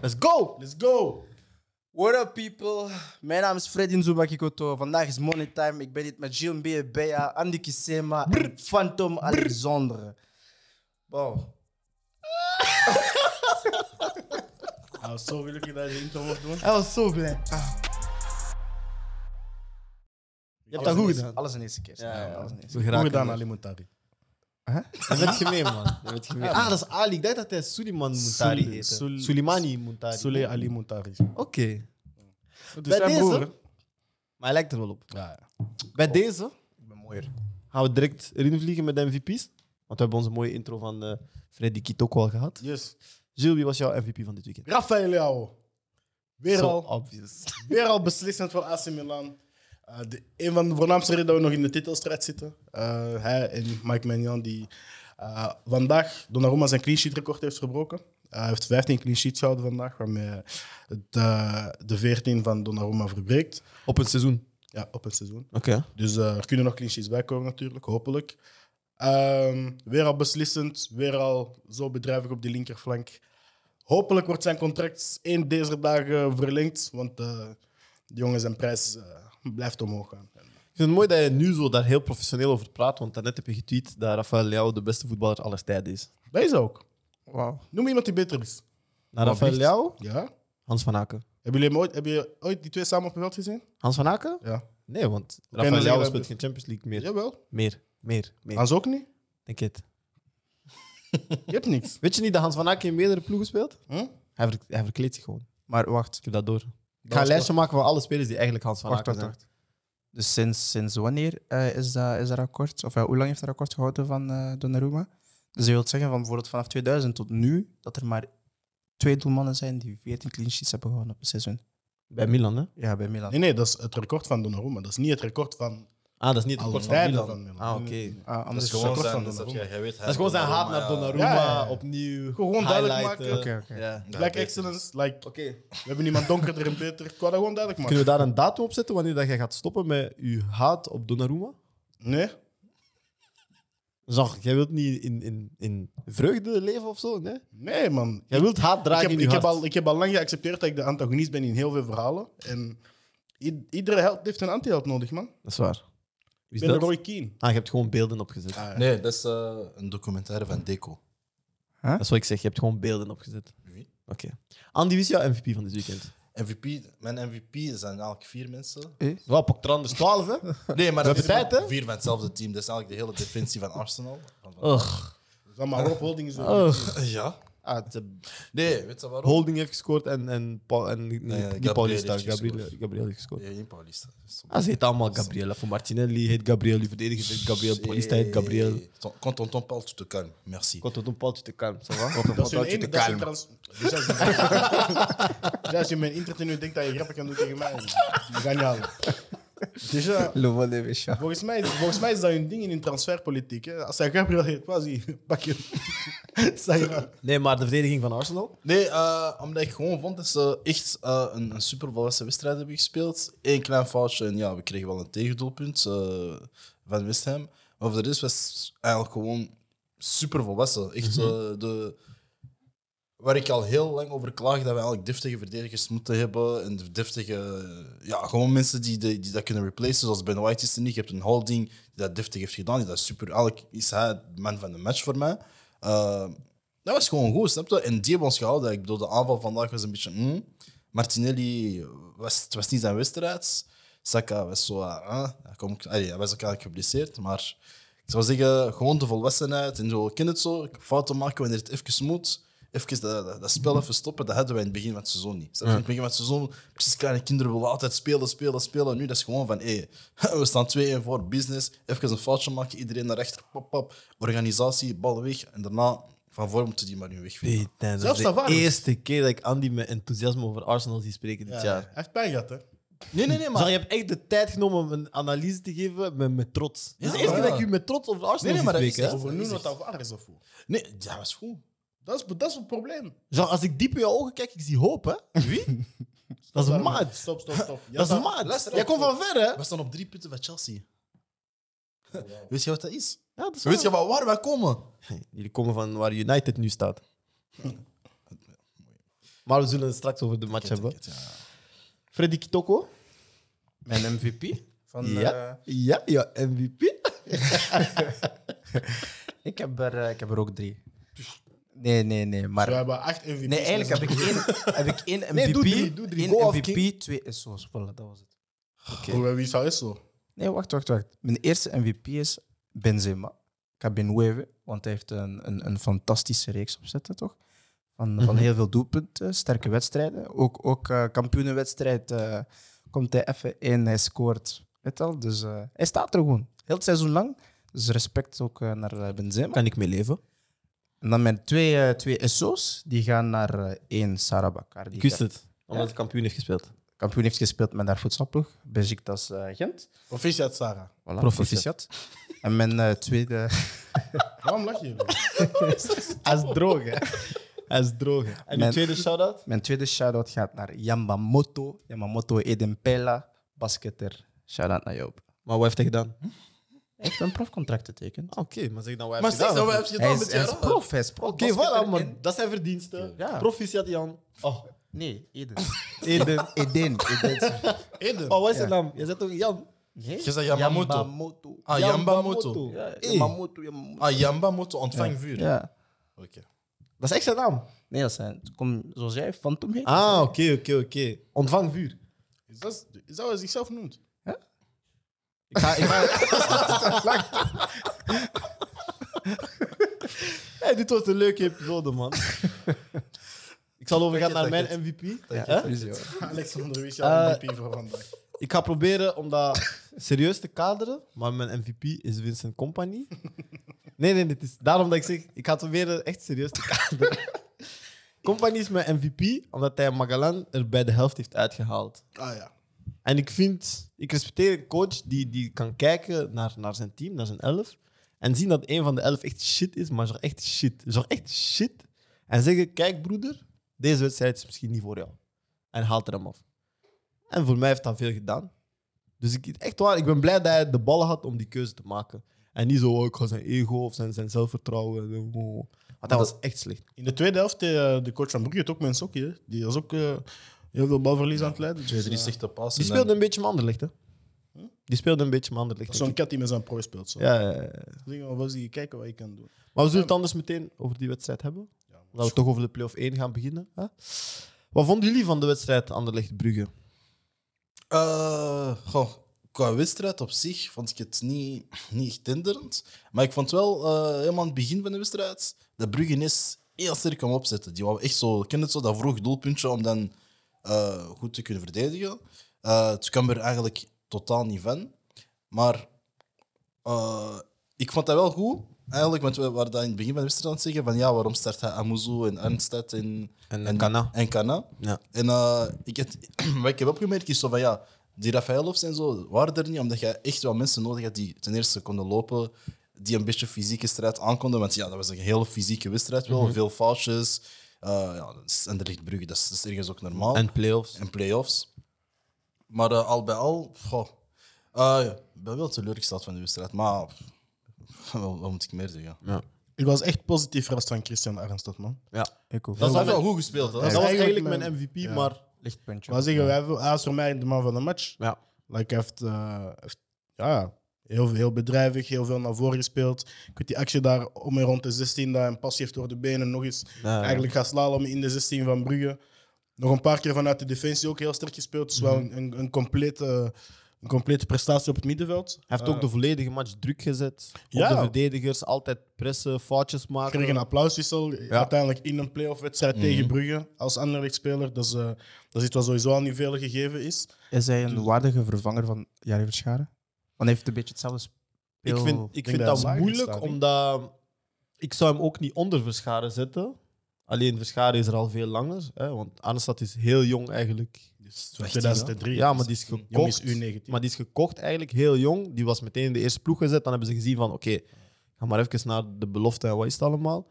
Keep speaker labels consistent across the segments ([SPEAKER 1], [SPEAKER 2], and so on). [SPEAKER 1] Let's go!
[SPEAKER 2] Let's go!
[SPEAKER 1] What up, people? Mijn naam is Freddy Nzubakikoto. Vandaag is Money Time. Ik ben dit met Gilles Mbeya, Andy Kisema en Phantom Alexandre. Wow.
[SPEAKER 2] I was so gelukkig dat je intro mocht doen.
[SPEAKER 3] Hij was zo blij.
[SPEAKER 1] Je hebt dat goed gedaan. Alles in eerste keer.
[SPEAKER 2] Ja, ja.
[SPEAKER 1] Alles in eerste
[SPEAKER 2] Hoe gedaan, Ali Montari?
[SPEAKER 4] Je bent gemeen, man. Je bent gemeen. Ah, dat is Ali. Ik dacht dat hij Suleiman Muntari
[SPEAKER 2] Sul-
[SPEAKER 4] heette.
[SPEAKER 2] Sul-
[SPEAKER 4] Suleimani Muntari.
[SPEAKER 2] Soleil Ali Montari.
[SPEAKER 4] Oké.
[SPEAKER 2] Dat
[SPEAKER 4] Bij deze? Maar hij lijkt er wel op.
[SPEAKER 2] Ja, ja.
[SPEAKER 4] Bij deze
[SPEAKER 1] keer. Ik ben mooier.
[SPEAKER 4] gaan we direct erin vliegen met de MVP's. Want we hebben onze mooie intro van eh, Freddy Kiet ook al gehad.
[SPEAKER 2] Yes.
[SPEAKER 4] Gilles, wie was jouw MVP van dit weekend?
[SPEAKER 2] Rafael Leao. Weer
[SPEAKER 4] Zo
[SPEAKER 2] al,
[SPEAKER 4] obvious.
[SPEAKER 2] weer al beslissend voor AC Milan. Eh, de, een van de voornaamste redenen dat we nog in de titelstrijd zitten. Eh, hij en Mike Maignan, die eh, vandaag Donnarumma zijn clean sheet record heeft gebroken. Eh, hij heeft 15 clean sheets gehouden vandaag, waarmee hij het, eh, de 14 van Donnarumma verbreekt.
[SPEAKER 4] Op een seizoen.
[SPEAKER 2] Ja, op een seizoen.
[SPEAKER 4] Oké.
[SPEAKER 2] Dus eh, er kunnen nog clean sheets bij komen natuurlijk, hopelijk. Ehm, weer al beslissend, weer al zo bedrijvig op die linkerflank. Hopelijk wordt zijn contract één deze dagen verlengd, want eh de jongen zijn prijs eh, blijft omhoog gaan.
[SPEAKER 4] Ik vind het mooi dat je nu zo daar heel professioneel over praat. Want daarnet heb je getweet dat Rafael Leao de beste voetballer aller tijden is.
[SPEAKER 2] Dat is ook.
[SPEAKER 3] Wauw.
[SPEAKER 2] Noem iemand die beter is.
[SPEAKER 4] Na Rafael
[SPEAKER 2] echt?
[SPEAKER 4] Leao,
[SPEAKER 2] Ja?
[SPEAKER 4] Hans van Aken.
[SPEAKER 2] Hebben jullie hem ooit, heb je ooit die twee samen op het veld gezien?
[SPEAKER 4] Hans van Aken?
[SPEAKER 2] Ja.
[SPEAKER 4] Nee, want
[SPEAKER 2] dan
[SPEAKER 4] Rafael
[SPEAKER 2] zeggen
[SPEAKER 4] Leao
[SPEAKER 2] dat-
[SPEAKER 4] speelt geen Champions League meer.
[SPEAKER 2] Jawel.
[SPEAKER 4] Meer, meer, meer.
[SPEAKER 2] Hans ook niet?
[SPEAKER 4] Denk je het?
[SPEAKER 2] Je hebt niks.
[SPEAKER 4] Weet je niet dat Hans van Aken in meerdere ploegen speelt?
[SPEAKER 2] Hm?
[SPEAKER 4] Hij, ver- hij verkleedt zich gewoon.
[SPEAKER 1] Maar wacht.
[SPEAKER 4] Ik heb dat door. Ik
[SPEAKER 2] was
[SPEAKER 4] ga een
[SPEAKER 2] toch-
[SPEAKER 4] lijstje maken van alle spelers die eigenlijk Hans van
[SPEAKER 1] Wacht,
[SPEAKER 4] Aken
[SPEAKER 1] wacht,
[SPEAKER 4] zijn.
[SPEAKER 1] wacht. Dus sinds, sinds wanneer eh, is, dat, is dat akkoord? Of ja, hoe lang heeft dat akkoord gehouden van eh, Donnarumma? Dus je wilt zeggen van bijvoorbeeld vanaf 2000 tot nu dat er maar twee doelmannen zijn die 14 clean sheets hebben gewonnen op een seizoen.
[SPEAKER 4] Bij Milan, hè?
[SPEAKER 1] Ja, bij Milan.
[SPEAKER 2] Nee, nee, dat is het record van Donnarumma. Dat is niet het record van...
[SPEAKER 4] Ah, dat is niet het
[SPEAKER 2] Alle
[SPEAKER 4] record van
[SPEAKER 2] tijden
[SPEAKER 4] Milan.
[SPEAKER 2] van Milan.
[SPEAKER 4] Ah, oké.
[SPEAKER 2] Nee, nee, nee.
[SPEAKER 1] Ah,
[SPEAKER 5] Dat
[SPEAKER 1] anders
[SPEAKER 5] is gewoon
[SPEAKER 2] dat is
[SPEAKER 5] zijn,
[SPEAKER 2] van
[SPEAKER 5] dus dat
[SPEAKER 2] Donnarumma.
[SPEAKER 5] jij- jij weet, hij
[SPEAKER 4] Dat is gewoon
[SPEAKER 5] heeft
[SPEAKER 4] zijn haat naar
[SPEAKER 5] Donnarumma, ja.
[SPEAKER 4] Donnarumma
[SPEAKER 2] Ja, ja, ja.
[SPEAKER 4] opnieuw.
[SPEAKER 2] Gewoon duidelijk
[SPEAKER 4] highlighten.
[SPEAKER 2] maken.
[SPEAKER 1] Oké, oké.
[SPEAKER 4] Ja.
[SPEAKER 5] Ja,
[SPEAKER 2] Black
[SPEAKER 5] dat is-
[SPEAKER 2] excellence, like,
[SPEAKER 4] Oké.
[SPEAKER 2] we hebben iemand donkerder en beter. Ik wou dat gewoon duidelijk
[SPEAKER 4] Kunnen
[SPEAKER 2] maken.
[SPEAKER 4] we daar een datum op zetten wanneer dat jij gaat stoppen met je haat op Donnarumma?
[SPEAKER 2] Nee?
[SPEAKER 4] Zag, jij wilt niet in, in, in vreugde leven of zo, nee?
[SPEAKER 2] Nee, man.
[SPEAKER 4] Jij wilt haat
[SPEAKER 2] Ik
[SPEAKER 4] dragen
[SPEAKER 2] heb,
[SPEAKER 4] in je
[SPEAKER 2] ik, heb
[SPEAKER 4] hart.
[SPEAKER 2] al, ik heb al lang geaccepteerd dat ik de antagonist ben in heel veel verhalen. En i- iedere held heeft een antiheld nodig, man.
[SPEAKER 4] Dat is waar.
[SPEAKER 2] Ik
[SPEAKER 4] Wie is
[SPEAKER 2] ben
[SPEAKER 4] dat?
[SPEAKER 2] Roy Keane.
[SPEAKER 4] Ah, je hebt gewoon beelden
[SPEAKER 2] Ah,
[SPEAKER 4] opgezet.
[SPEAKER 2] ja.
[SPEAKER 5] Nee, dat is eh, een documentaire van Deco.
[SPEAKER 4] Dat is wat ik zeg, je hebt gewoon beelden opgezet.
[SPEAKER 5] Wie?
[SPEAKER 4] Oké. Andy, wie is jouw MVP van dit weekend?
[SPEAKER 5] MVP, mijn MVP zijn eigenlijk vier mensen.
[SPEAKER 4] Wel, Poctranders 12, hè?
[SPEAKER 5] Nee, maar
[SPEAKER 4] We
[SPEAKER 5] dat is
[SPEAKER 4] hebben tijd, hè?
[SPEAKER 5] vier van hetzelfde team. Dat is eigenlijk de hele defensie van Arsenal. Van- van-
[SPEAKER 4] Ugh.
[SPEAKER 2] Zeg maar, Rob Holding is Dus ook-
[SPEAKER 4] Ugh.
[SPEAKER 5] Oh. Ja?
[SPEAKER 4] Ah, het, eh,
[SPEAKER 5] Nee, weet je waarom?
[SPEAKER 4] Holding heeft gescoord en, en, Paul, en niet-
[SPEAKER 5] Nee,
[SPEAKER 4] niet
[SPEAKER 5] Gabriel
[SPEAKER 4] Paulista,
[SPEAKER 5] heeft gescoord.
[SPEAKER 4] Gabriel, Gabriel heeft gescoord.
[SPEAKER 5] Ja, in Paulista. Stop.
[SPEAKER 4] Ah, ze heet allemaal Gabriel. Voor Martinelli heet Gabriel, die verdediger heet Gabriel, Paulista heet Gabriel.
[SPEAKER 5] Ton- Quand on t'en parle, tu te calmes. Merci.
[SPEAKER 4] Quand on parle, tu te calmes, ça va?
[SPEAKER 2] Dat is hun enige- dat is hun trans... Dus als je, dus als je mijn internet nu denkt dat je grappen kan doen tegen mij, je gaat niet halen. Dus
[SPEAKER 4] eh,
[SPEAKER 2] ja, volgens mij, is- volgens mij is dat een ding in hun transferpolitiek. Hè. Als hij Gabriel heet, was hij, pak je hem. Zeg nou. maar.
[SPEAKER 4] Nee, maar de verdediging van Arsenal?
[SPEAKER 5] Nee, eh, omdat ik gewoon vond dat ze echt eh, een, een super volwassen wedstrijd hebben gespeeld. Eén klein foutje en ja, we kregen wel een tegendoelpunt eh, van West Ham. Maar voor de rest was het eigenlijk gewoon super volwassen. Echt eh, de, waar ik al heel lang over klaag, dat we eigenlijk deftige verdedigers moeten hebben. En de deftige, ja, gewoon mensen die, de- die dat kunnen replacen. Zoals Ben White is er niet. Je hebt een holding die dat deftig heeft gedaan. Die dat super, eigenlijk is hij de man van de match voor mij. Eh, dat was gewoon goed, snap je? En die hebben ons gehouden. Ik bedoel, de aanval vandaag was een beetje... mm. Martinelli was, het was niet zijn wedstrijd. Saka was zo... eh, eh, hij, kom, allee, hij was ook eigenlijk geblesseerd, maar... Ik zou zeggen, gewoon de volwassenheid. En zo, ik ken het zo. Fouten maken wanneer het even moet. Even dat, dat, dat spel even stoppen. Dat hadden wij in het begin van het seizoen niet. Snap je? In het begin van het seizoen, precies kleine kinderen willen altijd spelen, spelen, spelen. Nu dat is gewoon van, hé, we staan 2-1 voor, business. Even een foutje maken, iedereen naar rechter. Pop, pop. Organisatie, bal weg. En daarna, van voor moeten die maar nu wegvinden.
[SPEAKER 4] dat
[SPEAKER 2] Zelfs
[SPEAKER 4] is de
[SPEAKER 2] Tavares.
[SPEAKER 4] eerste keer dat ik Andy met enthousiasme over Arsenal zie spreken dit
[SPEAKER 2] Ja,
[SPEAKER 4] jaar.
[SPEAKER 2] Hij heeft pijn gehad, hè.
[SPEAKER 5] Nee, nee, nee,
[SPEAKER 4] Maar
[SPEAKER 5] maar...
[SPEAKER 4] je hebt echt de tijd genomen om een analyse te geven met, met trots. dat is de
[SPEAKER 5] Ja.
[SPEAKER 4] eerste keer dat ik u met trots over Arsenal
[SPEAKER 5] Nee, nee, maar dat
[SPEAKER 4] zie
[SPEAKER 5] is
[SPEAKER 4] spreken. hè?
[SPEAKER 5] echt-
[SPEAKER 2] Over
[SPEAKER 5] dat is
[SPEAKER 2] Nuno
[SPEAKER 5] echt-
[SPEAKER 2] Tavares of hoe?
[SPEAKER 5] Nee, dat was goed.
[SPEAKER 2] Dat is, dat is het probleem.
[SPEAKER 4] Jean, als ik diep in je ogen kijk, ik zie hoop, hè? Wie? dat is
[SPEAKER 2] Daarom-
[SPEAKER 4] maat.
[SPEAKER 2] Stop, stop, stop. Ja,
[SPEAKER 4] Dat is
[SPEAKER 2] stop.
[SPEAKER 4] maat.
[SPEAKER 5] luister,
[SPEAKER 4] Jij komt van ver, hè?
[SPEAKER 5] We staan op drie punten van Chelsea. Weet je wat dat is?
[SPEAKER 4] Ja, dat is
[SPEAKER 5] Weet je van waar wij komen?
[SPEAKER 4] Jullie komen van waar United nu staat. Maar we zullen het straks over de match hebben.
[SPEAKER 5] Ja.
[SPEAKER 4] Freddy Kitoko?
[SPEAKER 1] Mijn MVP? Van, eh,
[SPEAKER 4] Ja, ja, ja, MVP.
[SPEAKER 1] ik, heb er, eh, ik heb er ook drie.
[SPEAKER 4] Dus-
[SPEAKER 1] Nee, nee, nee. Maar
[SPEAKER 2] We hebben acht MVP's.
[SPEAKER 1] Nee, eigenlijk heb ik één, heb ik één MVP.
[SPEAKER 4] Nee, doe drie, doe drie.
[SPEAKER 1] één
[SPEAKER 4] Go off,
[SPEAKER 1] MVP, twee SO's. Voilà, dat was het.
[SPEAKER 2] Hoe wie zou is zo?
[SPEAKER 1] Nee, wacht, wacht, wacht. Mijn eerste MVP is Benzema. Cabinueve, want hij heeft een, een, een fantastische reeks opzetten, toch? Van, van heel veel doelpunten, sterke wedstrijden. Ook, ook eh, kampioenenwedstrijd eh, komt hij even in, hij scoort. Weet al, dus eh, hij staat er gewoon. Heel het seizoen lang. Dus respect ook eh, naar eh, Benzema.
[SPEAKER 4] Kan ik mee leven?
[SPEAKER 1] En dan mijn twee, eh, twee SO's, die gaan naar eh, één Sarah Bakar. die
[SPEAKER 4] Ik
[SPEAKER 1] ik
[SPEAKER 4] wist het, omdat hij kampioen heeft gespeeld.
[SPEAKER 1] kampioen heeft gespeeld met haar voetbalploeg, Beziktas eh Gent.
[SPEAKER 2] Proficiat, Sarah.
[SPEAKER 1] Voilà,
[SPEAKER 4] Proficiat.
[SPEAKER 1] proficiat. En mijn eh, tweede...
[SPEAKER 2] Waarom lach je? bro?
[SPEAKER 4] Hij is droog, hè? Hij is droog. hè. En die
[SPEAKER 1] Mijn-
[SPEAKER 4] tweede shout-out?
[SPEAKER 1] Mijn tweede shout-out gaat naar Yamamoto. Yamamoto Edenpela, basketter. Shout-out naar Joop.
[SPEAKER 4] Maar wat heeft hij gedaan?
[SPEAKER 1] Hij heeft een profcontract getekend.
[SPEAKER 4] Ah, Oké, maar zeg dan wat
[SPEAKER 2] Maar zeg, nou, wat heb je
[SPEAKER 1] Hij
[SPEAKER 2] gedaan met
[SPEAKER 1] is, hij is
[SPEAKER 2] je
[SPEAKER 1] prof, hij is prof.
[SPEAKER 4] Oké, voilà,
[SPEAKER 1] basketter
[SPEAKER 4] man.
[SPEAKER 1] in-
[SPEAKER 4] Dat zijn verdiensten.
[SPEAKER 1] Ja.
[SPEAKER 4] Proficiat, Jan. Oh,
[SPEAKER 1] Nee, Eden.
[SPEAKER 4] Eden.
[SPEAKER 1] Eden. Eden.
[SPEAKER 2] Eden.
[SPEAKER 4] Oh, wat is zijn naam? Jij zegt toch Jan?
[SPEAKER 1] Nee?
[SPEAKER 5] Je zei Yamamoto.
[SPEAKER 1] Yamamoto.
[SPEAKER 5] Ah, Yamamoto.
[SPEAKER 1] Ja,
[SPEAKER 4] Hey.
[SPEAKER 1] Yamamoto, Yamamoto.
[SPEAKER 5] Ah, Yamamoto, ontvang vuur.
[SPEAKER 1] Ja.
[SPEAKER 5] Oké.
[SPEAKER 4] Dat is echt zijn naam.
[SPEAKER 1] Nee, dat zijn... Kom, zoals jij, Phantom heet.
[SPEAKER 4] Ah, oké, oké, oké. Ontvang vuur.
[SPEAKER 2] Is dat, is dat wat hij zichzelf noemt?
[SPEAKER 4] Ik ga, ik ga... hey, dit wordt een leuke episode, man. Ik zal overgaan naar mijn MVP.
[SPEAKER 1] Ja,
[SPEAKER 4] Hè?
[SPEAKER 1] sowieso.
[SPEAKER 2] Alexander, wie is jouw
[SPEAKER 4] Eh,
[SPEAKER 2] MVP voor vandaag?
[SPEAKER 4] Ik ga proberen om dat serieus te kaderen, maar mijn MVP is Vincent Company. Nee, nee, dit is daarom dat ik zeg, ik ga het proberen echt serieus te kaderen. Company is mijn MVP, omdat hij Magalan er bij de helft heeft uitgehaald.
[SPEAKER 2] Ah ja.
[SPEAKER 4] En ik vind, ik respecteer een coach die, die kan kijken naar, naar zijn team, naar zijn elf. En zien dat een van de elf echt shit is, maar zo echt shit. Zo echt shit. En zeggen: Kijk, broeder, deze wedstrijd is misschien niet voor jou. En haalt er hem af. En voor mij heeft dat veel gedaan. Dus ik, echt waar, ik ben blij dat hij de ballen had om die keuze te maken. En niet zo, oh, ik ga zijn ego of zijn, zijn zelfvertrouwen. eh, oh. Want dat was echt slecht.
[SPEAKER 2] In de tweede helft, eh, de coach van Brugge heeft ook mijn sokje. Die was ook eh, heel veel balverlies aan het leiden. Dus, eh,
[SPEAKER 5] 360 passen.
[SPEAKER 4] Die speelde een beetje manderlicht, hè? Die speelde een beetje manderlicht.
[SPEAKER 2] Zo'n kat die met zijn prooi speelt. Zo. Dus
[SPEAKER 4] Ja, ja, ja.
[SPEAKER 2] Zeg maar, oh, wat zie je kijken wat je kan doen.
[SPEAKER 4] Maar we zullen het anders meteen over die wedstrijd hebben. Laten we toch over de play-off 1 gaan beginnen. Hè? Wat vonden jullie van de wedstrijd Anderlecht-Brugge?
[SPEAKER 5] Eh, goh, qua wedstrijd op zich vond ik het niet, niet echt denderend. Maar ik vond wel eh, helemaal aan het begin van de wedstrijd dat Brugge ineens heel sterk kwam opzetten. Die wou echt zo, ik ken het zo, dat vroeg doelpuntje om dan eh, goed te kunnen verdedigen. Eh het kwam er eigenlijk totaal niet van. Maar eh, ik vond dat wel goed. Eigenlijk, want we waren dat in het begin van de wedstrijd aan het zeggen van ja, waarom start hij Amuzu en Arnstad en,
[SPEAKER 4] En Kana.
[SPEAKER 5] En Kana.
[SPEAKER 4] Ja.
[SPEAKER 5] En eh, ik heb, wat ik heb opgemerkt is zo van ja, die Rafaelofs en zo waren er niet, omdat je echt wel mensen nodig had die ten eerste konden lopen, die een beetje fysieke strijd aankonden. Want ja, dat was een hele fysieke wedstrijd
[SPEAKER 4] Mhm.
[SPEAKER 5] wel, veel foutjes. Eh, ja, en er ligt Brugge, dat is, dat is ergens ook normaal.
[SPEAKER 4] En play-offs.
[SPEAKER 5] En play-offs. Maar eh, al bij al, goh, Eh, ik ben wel teleurgesteld van de wedstrijd, maar wat, wat moet ik meer zeggen?
[SPEAKER 4] Ja.
[SPEAKER 2] Ik was echt positief verrast van Christian Arnstad, man.
[SPEAKER 4] Ja.
[SPEAKER 1] Ik ook.
[SPEAKER 5] Dat is wel goed gespeeld. Hè?
[SPEAKER 4] Dat was
[SPEAKER 2] eigenlijk
[SPEAKER 4] eigenlijk mijn
[SPEAKER 2] mijn-
[SPEAKER 4] MVP,
[SPEAKER 2] ja.
[SPEAKER 4] maar...
[SPEAKER 1] Lichtpuntje.
[SPEAKER 2] Maar zeggen, hij hij was voor mij de man van de match.
[SPEAKER 4] Ja.
[SPEAKER 2] Like, hij heeft, eh, heeft- ja, heel, heel bedrijvig, heel veel naar voren gespeeld. Ik weet die actie daar om en rond de 16, dat hij een passie heeft door de benen. Nog eens
[SPEAKER 4] Ja.
[SPEAKER 2] eigenlijk gaat slalom in de 16 van Brugge. Nog een paar keer vanuit de defensie ook heel sterk gespeeld. Dus wel een,
[SPEAKER 4] Mhm.
[SPEAKER 2] een, een complete, een complete prestatie op het middenveld.
[SPEAKER 4] Hij heeft ook de volledige match druk gezet. Op
[SPEAKER 2] Ja.
[SPEAKER 4] de verdedigers, altijd pressen, foutjes maken.
[SPEAKER 2] kreeg een applauswissel. Uiteindelijk in een playoff wedstrijd
[SPEAKER 4] Mhm.
[SPEAKER 2] tegen Brugge als Anderlecht-speler. Dat, is, eh, dat is iets wat sowieso al niet veel gegeven is.
[SPEAKER 1] Is hij een waardige vervanger van Jari Verscharen? Want hij heeft een beetje hetzelfde
[SPEAKER 4] Ik
[SPEAKER 1] speel...
[SPEAKER 4] vind, ik
[SPEAKER 2] denk
[SPEAKER 4] vind
[SPEAKER 2] dat
[SPEAKER 4] dat
[SPEAKER 2] hij lager
[SPEAKER 4] moeilijk,
[SPEAKER 2] staat, hè?
[SPEAKER 4] omdat ik zou hem ook niet onder Verscharen zetten. Alleen Verscharen is er al veel langer, hè, want Arnstad is heel jong eigenlijk.
[SPEAKER 2] Dus
[SPEAKER 5] echt,
[SPEAKER 2] 2003.
[SPEAKER 4] Ja, maar die is gekocht.
[SPEAKER 2] Jong is U19.
[SPEAKER 4] Maar die is gekocht eigenlijk heel jong. Die was meteen in de eerste ploeg gezet. Dan hebben ze gezien van, oké, ga maar even naar de belofte en wat is het allemaal.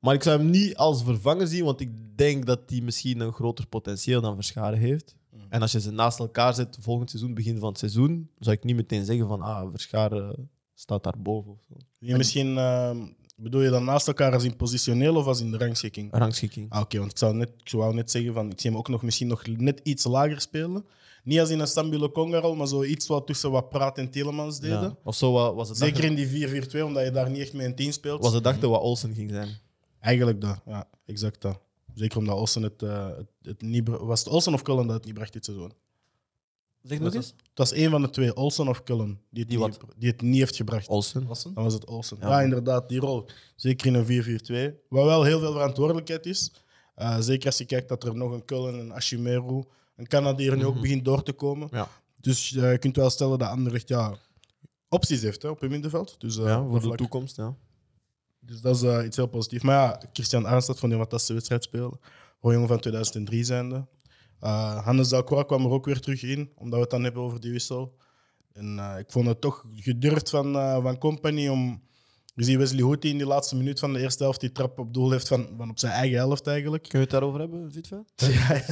[SPEAKER 4] Maar ik zou hem niet als vervanger zien, want ik denk dat hij misschien een groter potentieel dan Verscharen heeft.
[SPEAKER 2] Mhm.
[SPEAKER 4] En als je ze naast elkaar zet volgend seizoen, begin van het seizoen, zou ik niet meteen zeggen van, ah, Verscharen staat daar boven. Of zo.
[SPEAKER 2] Die misschien ehm, Bedoel je dan naast elkaar als in positioneel of als in de rangschikking?
[SPEAKER 4] Rangschikking.
[SPEAKER 2] Ah, Oké, want ik zou, net, ik zou net zeggen van ik zie hem ook nog misschien nog net iets lager spelen. Niet als in een Stambulo Kongarol, maar zo iets wat tussen wat Praat en Telemans deden.
[SPEAKER 4] Ja. Of zo wa- was het
[SPEAKER 2] Zeker
[SPEAKER 4] dachten-
[SPEAKER 2] in die 4-4-2, omdat je daar niet echt mee een 10 speelt.
[SPEAKER 4] was het dachten wat Olsen ging zijn.
[SPEAKER 2] Eigenlijk dat, ja, exact dat. Zeker omdat Olsen het, eh, het, het niet br- Was het Olsen of Cullen dat het niet bracht dit seizoen?
[SPEAKER 4] Zeg
[SPEAKER 2] nog
[SPEAKER 4] eens.
[SPEAKER 2] Het was één van de twee, Olsen of Cullen, die het,
[SPEAKER 4] Die
[SPEAKER 2] niet, die het niet heeft gebracht.
[SPEAKER 4] Olsen.
[SPEAKER 2] Dan was het Olsen.
[SPEAKER 4] Ja.
[SPEAKER 2] Ja, inderdaad, die rol. Zeker in een 4-4-2. Waar wel heel veel verantwoordelijkheid is. Eh, zeker als je kijkt dat er nog een Cullen, een Ashimeru, een Canadier nu ook begint door te komen.
[SPEAKER 4] Ja.
[SPEAKER 2] Dus eh, je kunt wel stellen dat Anderlecht ja, opties heeft hè, op hun middenveld. Dus, eh,
[SPEAKER 4] Ja,
[SPEAKER 2] dat
[SPEAKER 4] voor de
[SPEAKER 2] vlak.
[SPEAKER 4] toekomst. Ja.
[SPEAKER 2] Dus dat is eh, iets heel positiefs. Maar ja, Christian Arnstad vond een fantastische wedstrijd spelen. Voor jongen van 2003 zijnde. Eh Hannes Dalcoa kwam er ook weer terug in, omdat we het dan hebben over die wissel. En eh, ik vond het toch gedurfd van, eh, van Company om... Je ziet Wesley Houghton in die laatste minuut van de eerste helft die trap op doel heeft van, van op zijn eigen helft eigenlijk.
[SPEAKER 4] Kun je het daarover hebben, Vitva?
[SPEAKER 2] Ja,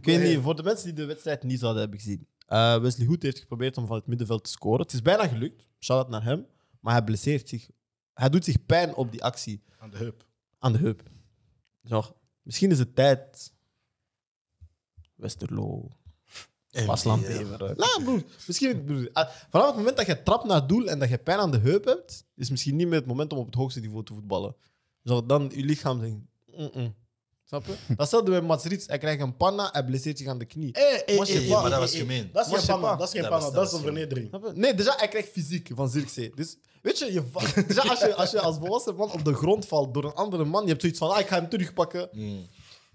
[SPEAKER 4] Ik weet niet, voor de mensen die de wedstrijd niet zouden hebben gezien. Eh, Wesley Hoed heeft geprobeerd om van het middenveld te scoren. Het is bijna gelukt. Shout-out naar hem. Maar hij blesseert zich. Hij doet zich pijn op die actie
[SPEAKER 2] aan de heup.
[SPEAKER 4] aan de heup. Zo, misschien is het tijd... Westerlo. Pasland
[SPEAKER 2] eh,
[SPEAKER 4] Beveren. Nou, broer. Misschien, broer, ah, vanaf het moment dat je trapt naar het doel en dat je pijn aan de heup hebt, is misschien niet meer het moment om op het hoogste niveau te voetballen. Zo, dan je lichaam zegt... "Mm-mm." Snap je? Datzelfde met Mats Riets. Hij krijgt een panna, hij blesseert zich aan de knie.
[SPEAKER 2] Eh,
[SPEAKER 5] hey, maar dat was gemeen.
[SPEAKER 2] Dat is geen
[SPEAKER 4] Was je
[SPEAKER 2] panna,
[SPEAKER 4] pa?
[SPEAKER 2] dat is geen
[SPEAKER 5] Dat
[SPEAKER 2] panna,
[SPEAKER 5] was-
[SPEAKER 2] dat is
[SPEAKER 5] dat
[SPEAKER 2] een
[SPEAKER 5] was-
[SPEAKER 2] vernedering.
[SPEAKER 4] Snap je? Nee, déjà, hij krijgt fysiek van Zirkzee. Dus weet je, je va- déjà, als, je, als je als volwassen man op de grond valt door een andere man, je hebt zoiets van, ah, ik ga hem terugpakken.
[SPEAKER 5] Mm.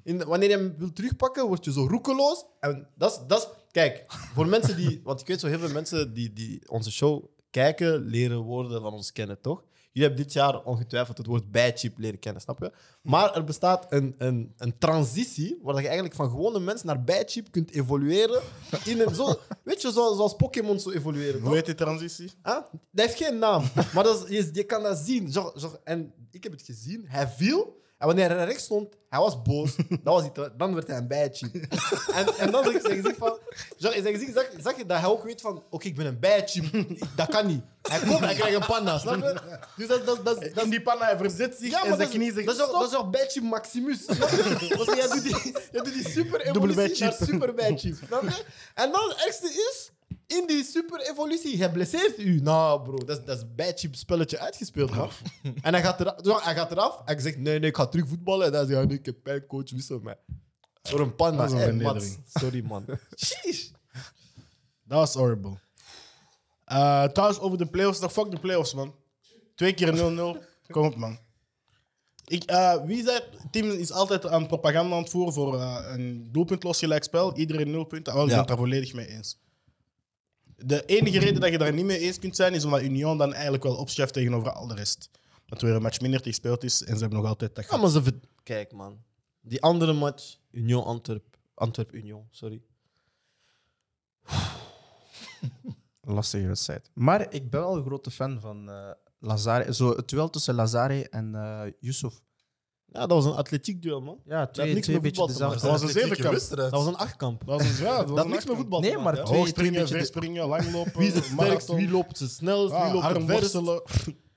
[SPEAKER 4] In, wanneer je hem wil terugpakken, word je zo roekeloos. En dat is- dat is... Kijk, voor mensen die... Want ik weet zo heel veel mensen die, die onze show kijken, leren woorden van ons kennen, toch? Jullie hebben dit jaar ongetwijfeld het woord bijchip leren kennen, snap je? Maar er bestaat een, een, een transitie waar dat je eigenlijk van gewone mens naar bijchip kunt evolueren. In een zo, weet je, zo- zoals Pokémon zo evolueren. toch?
[SPEAKER 2] Hoe heet die transitie?
[SPEAKER 4] Huh? Dat heeft geen naam. Maar dat is, je, je kan dat zien. Zo, zo, en ik heb het gezien. Hij viel. En wanneer hij rechts stond, hij was boos. Dat was niet te- dan werd hij een bijtje. En, en dan zeg zeg ik van... Zo, in zijn gezicht zag, zag je dat hij ook weet van... Oké, ik ben een bijtje. Dat kan niet. Hij komt, hij krijgt een panda. Snap je? Dus dat, dat, dat, dat,
[SPEAKER 2] In die panna, hij verzet zich en
[SPEAKER 4] maar
[SPEAKER 2] zijn
[SPEAKER 4] dat
[SPEAKER 2] knie
[SPEAKER 4] is,
[SPEAKER 2] zegt
[SPEAKER 4] dat is wel- dat is wel badchip Maximus. snap je? Want jij doet die, jij doet die super evolutie naar super badchip. snap je? En dan het ergste is, in die super evolutie, hij blesseert u. Nou bro, dat is, dat is badchip spelletje uitgespeeld. Man. En hij gaat, eraf, zo, hij gaat eraf en hij zegt, nee, nee, ik ga terug voetballen. En hij zegt, ja, nee, ik heb pijn, coach, wissel mij. Door een panda.
[SPEAKER 2] Dat is een
[SPEAKER 4] Hey,
[SPEAKER 2] vernedering.
[SPEAKER 4] Mats, sorry man. Sheesh.
[SPEAKER 2] Dat was horrible. Eh, trouwens, over de playoffs. Nog fuck de playoffs, man. Twee keer 0-0. Kom op, man. Ik, eh, wie zei, het team is altijd aan propaganda aan het voeren voor eh, een doelpuntloos gelijkspel. Iedereen nul punten. Ah, wel, ik
[SPEAKER 5] Ja.
[SPEAKER 2] ben het daar volledig mee eens. De enige reden dat je daar niet mee eens kunt zijn, is omdat Union dan eigenlijk wel opschuift tegenover al de rest. Dat weer een match minder die gespeeld is en ze hebben nog altijd dat
[SPEAKER 4] Ja, maar ze ver- Kijk, man. Die andere match, Union Antwerp. Antwerp Union, sorry.
[SPEAKER 1] Lastige wedstrijd. Maar ik ben wel een grote fan van eh Lazare. Zo, het duel tussen Lazare en eh Yusuf.
[SPEAKER 4] Ja, dat was een atletiek duel, man.
[SPEAKER 1] Ja,
[SPEAKER 4] heeft
[SPEAKER 1] twee,
[SPEAKER 4] niks
[SPEAKER 1] twee
[SPEAKER 4] met
[SPEAKER 1] beetje
[SPEAKER 4] voetbal te
[SPEAKER 1] dezelfde.
[SPEAKER 2] Dat was een zevenkamp.
[SPEAKER 4] Dat was een achtkamp.
[SPEAKER 2] Dat was een zwaar. Dat,
[SPEAKER 4] Dat
[SPEAKER 2] was
[SPEAKER 4] had
[SPEAKER 2] een
[SPEAKER 4] niks met
[SPEAKER 2] achtkamp.
[SPEAKER 4] voetbal te
[SPEAKER 1] Nee,
[SPEAKER 4] maken,
[SPEAKER 1] maar
[SPEAKER 4] hè.
[SPEAKER 1] twee-
[SPEAKER 2] Hoog springen,
[SPEAKER 1] beetje
[SPEAKER 2] ver
[SPEAKER 1] de-
[SPEAKER 2] springen, lang lopen.
[SPEAKER 4] Wie is het sterkst?
[SPEAKER 2] marathon. Ah,
[SPEAKER 4] Wie loopt het snelst?
[SPEAKER 2] Ja,
[SPEAKER 4] wie loopt
[SPEAKER 2] arm
[SPEAKER 4] het verst?
[SPEAKER 2] worstelen,